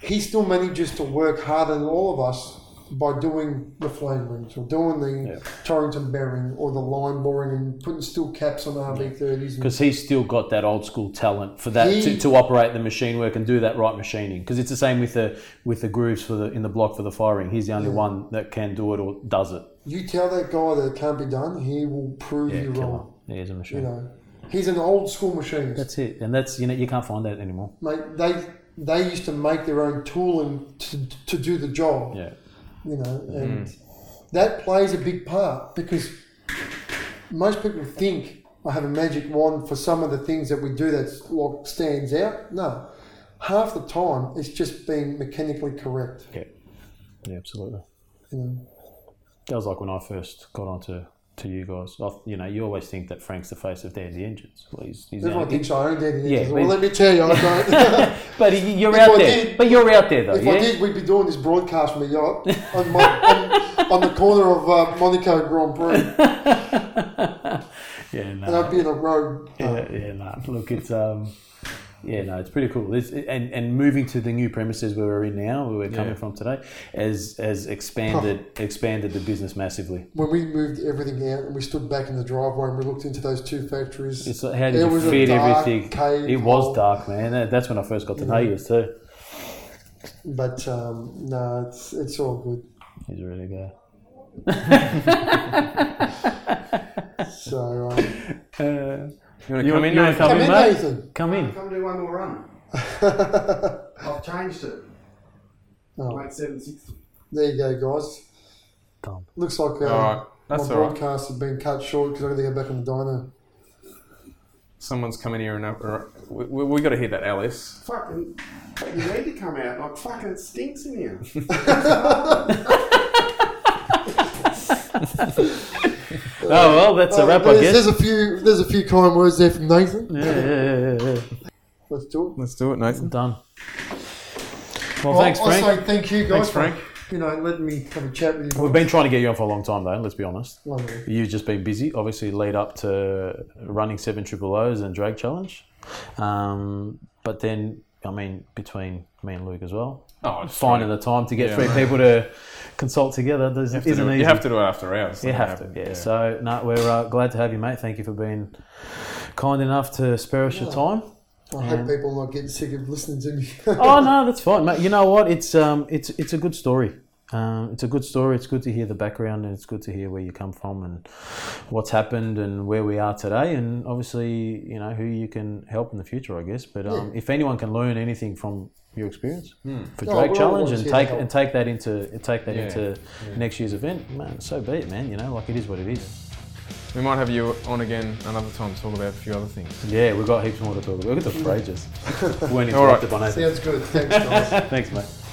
S3: he still manages to work harder than all of us by doing the flame rings or doing the
S2: Yeah.
S3: Torrington bearing or the line boring and putting steel caps on RB30s. And
S2: Because he's still got that old school talent for that to,
S3: He-
S2: to operate the machine work and do that right machining. Because it's the same with the with the grooves for the in the block for the firing. He's the only one that can do it or does it.
S3: you tell that guy that it can't be done, he will prove you
S2: Killer.
S3: wrong.
S2: Yeah, he's a machine.
S3: You know, he's an old school machinist.
S2: That's it, and that's you know you can't find that anymore.
S3: Mate, they they used to make their own tooling to, to do the job.
S2: Yeah,
S3: you know, and
S2: Mm.
S3: that plays a big part because most people think I have a magic wand for some of the things that we do that like stands out. No, half the time it's just being mechanically correct.
S2: yeah, yeah, absolutely.
S3: You know,
S2: That was like when I first got onto to you guys. I, you know, you always think that Frank's the face of Dandy Engines. Well, he's, he's the
S3: everyone
S2: only-
S3: thinks I own dead
S2: Yeah,
S3: engines.
S2: but-
S3: well, let me tell you, I
S2: <laughs>
S3: don't. <laughs>
S2: but he- you're
S3: If I
S2: out there.
S3: did-
S2: but you're out there though.
S3: if
S2: yeah.
S3: I did, we'd be doing this broadcast from a yacht on, my, on, on the corner of uh, Monaco Grand Prix,
S2: yeah, no.
S3: and I'd be in a road. uh,
S2: yeah, yeah, no. Look, it's um, yeah, no, it's pretty cool. It's, and and moving to the new premises where we're in now, where we're coming
S1: Yeah.
S2: from today, has has expanded
S3: <sighs>
S2: expanded the business massively.
S3: when we moved everything out and we stood back in the driveway and we looked into those two factories.
S2: It's like, how
S3: It
S2: did you
S3: was a
S2: fit
S3: dark
S2: everything?
S3: cave
S2: it was
S3: hole.
S2: dark, man. That- That's when I first got to know you too.
S3: But um, no, it's it's all good.
S2: He's really good.
S3: So um,
S2: Uh,
S1: <laughs> You want to
S2: You
S1: come
S2: want-
S1: in,
S2: you wanna come
S1: Nathan?
S3: Come in,
S2: mate.
S3: Nathan.
S2: Come in.
S5: Come do one more run. I've changed it.
S3: Oh,
S5: Wait, 760.
S3: there you go, guys.
S2: Dumb.
S3: Looks like uh,
S1: All right. That's
S3: my
S1: all right.
S3: broadcast has been cut short because I got to go back in the diner.
S1: Someone's come in here and... Uh, we, we, we got to hear that, Alice.
S5: Fucking, you need to come out. Like, fucking, it stinks in here.
S2: Oh well, that's a wrap, I
S3: there's,
S2: guess.
S3: there's a few. There's a few kind words there from Nathan.
S2: Yeah, yeah, yeah, yeah, yeah.
S3: Let's do it.
S1: Let's do it, Nathan.
S2: Done. Well,
S3: Well,
S2: thanks,
S3: I
S2: Frank.
S3: say thank you,
S1: Thanks,
S3: guys.
S1: Frank.
S3: For, you know, letting me have a chat with you.
S2: We've been trying to get you on for a long time, though. Let's be honest.
S3: Lovely.
S2: You've just been busy, obviously, lead up to running seven triple O's and drag challenge. Um, but then, I mean, between me and Luke as well,
S1: Oh, it's
S2: finding the time to get
S1: Yeah,
S2: three
S1: right.
S2: people to consult together doesn't-
S1: You have, to
S2: isn't
S1: do,
S2: easy.
S1: you have to do it after hours.
S2: You have to, yeah. So, no, we're uh, glad to have you, mate. Thank you for being kind enough to spare us your time.
S3: I hope people are not getting sick of listening to me. <laughs>
S2: <laughs> oh no, that's fine, mate. You know what? It's um, it's it's a good story. Um, it's a good story. It's good to hear the background, and it's good to hear where you come from and what's happened and where we are today, and obviously, you know, who you can help in the future, I guess. But um, if anyone can learn anything from your experience for
S3: Hmm. No,
S2: Drag
S3: we're
S2: Challenge
S3: always
S2: and
S3: here to
S2: take
S3: help.
S2: and take that into take that
S1: Yeah,
S2: into next year's event, man, so be it, man. You know, like it is what it is.
S1: We might have you on again another time to talk about a few other things.
S2: Yeah,
S3: <laughs>
S2: we've got heaps more to talk about. Look at the phrases. we weren't
S1: All right.
S2: interrupted by Nathan.
S3: Sounds good. Thanks, guys.
S2: Thanks, mate.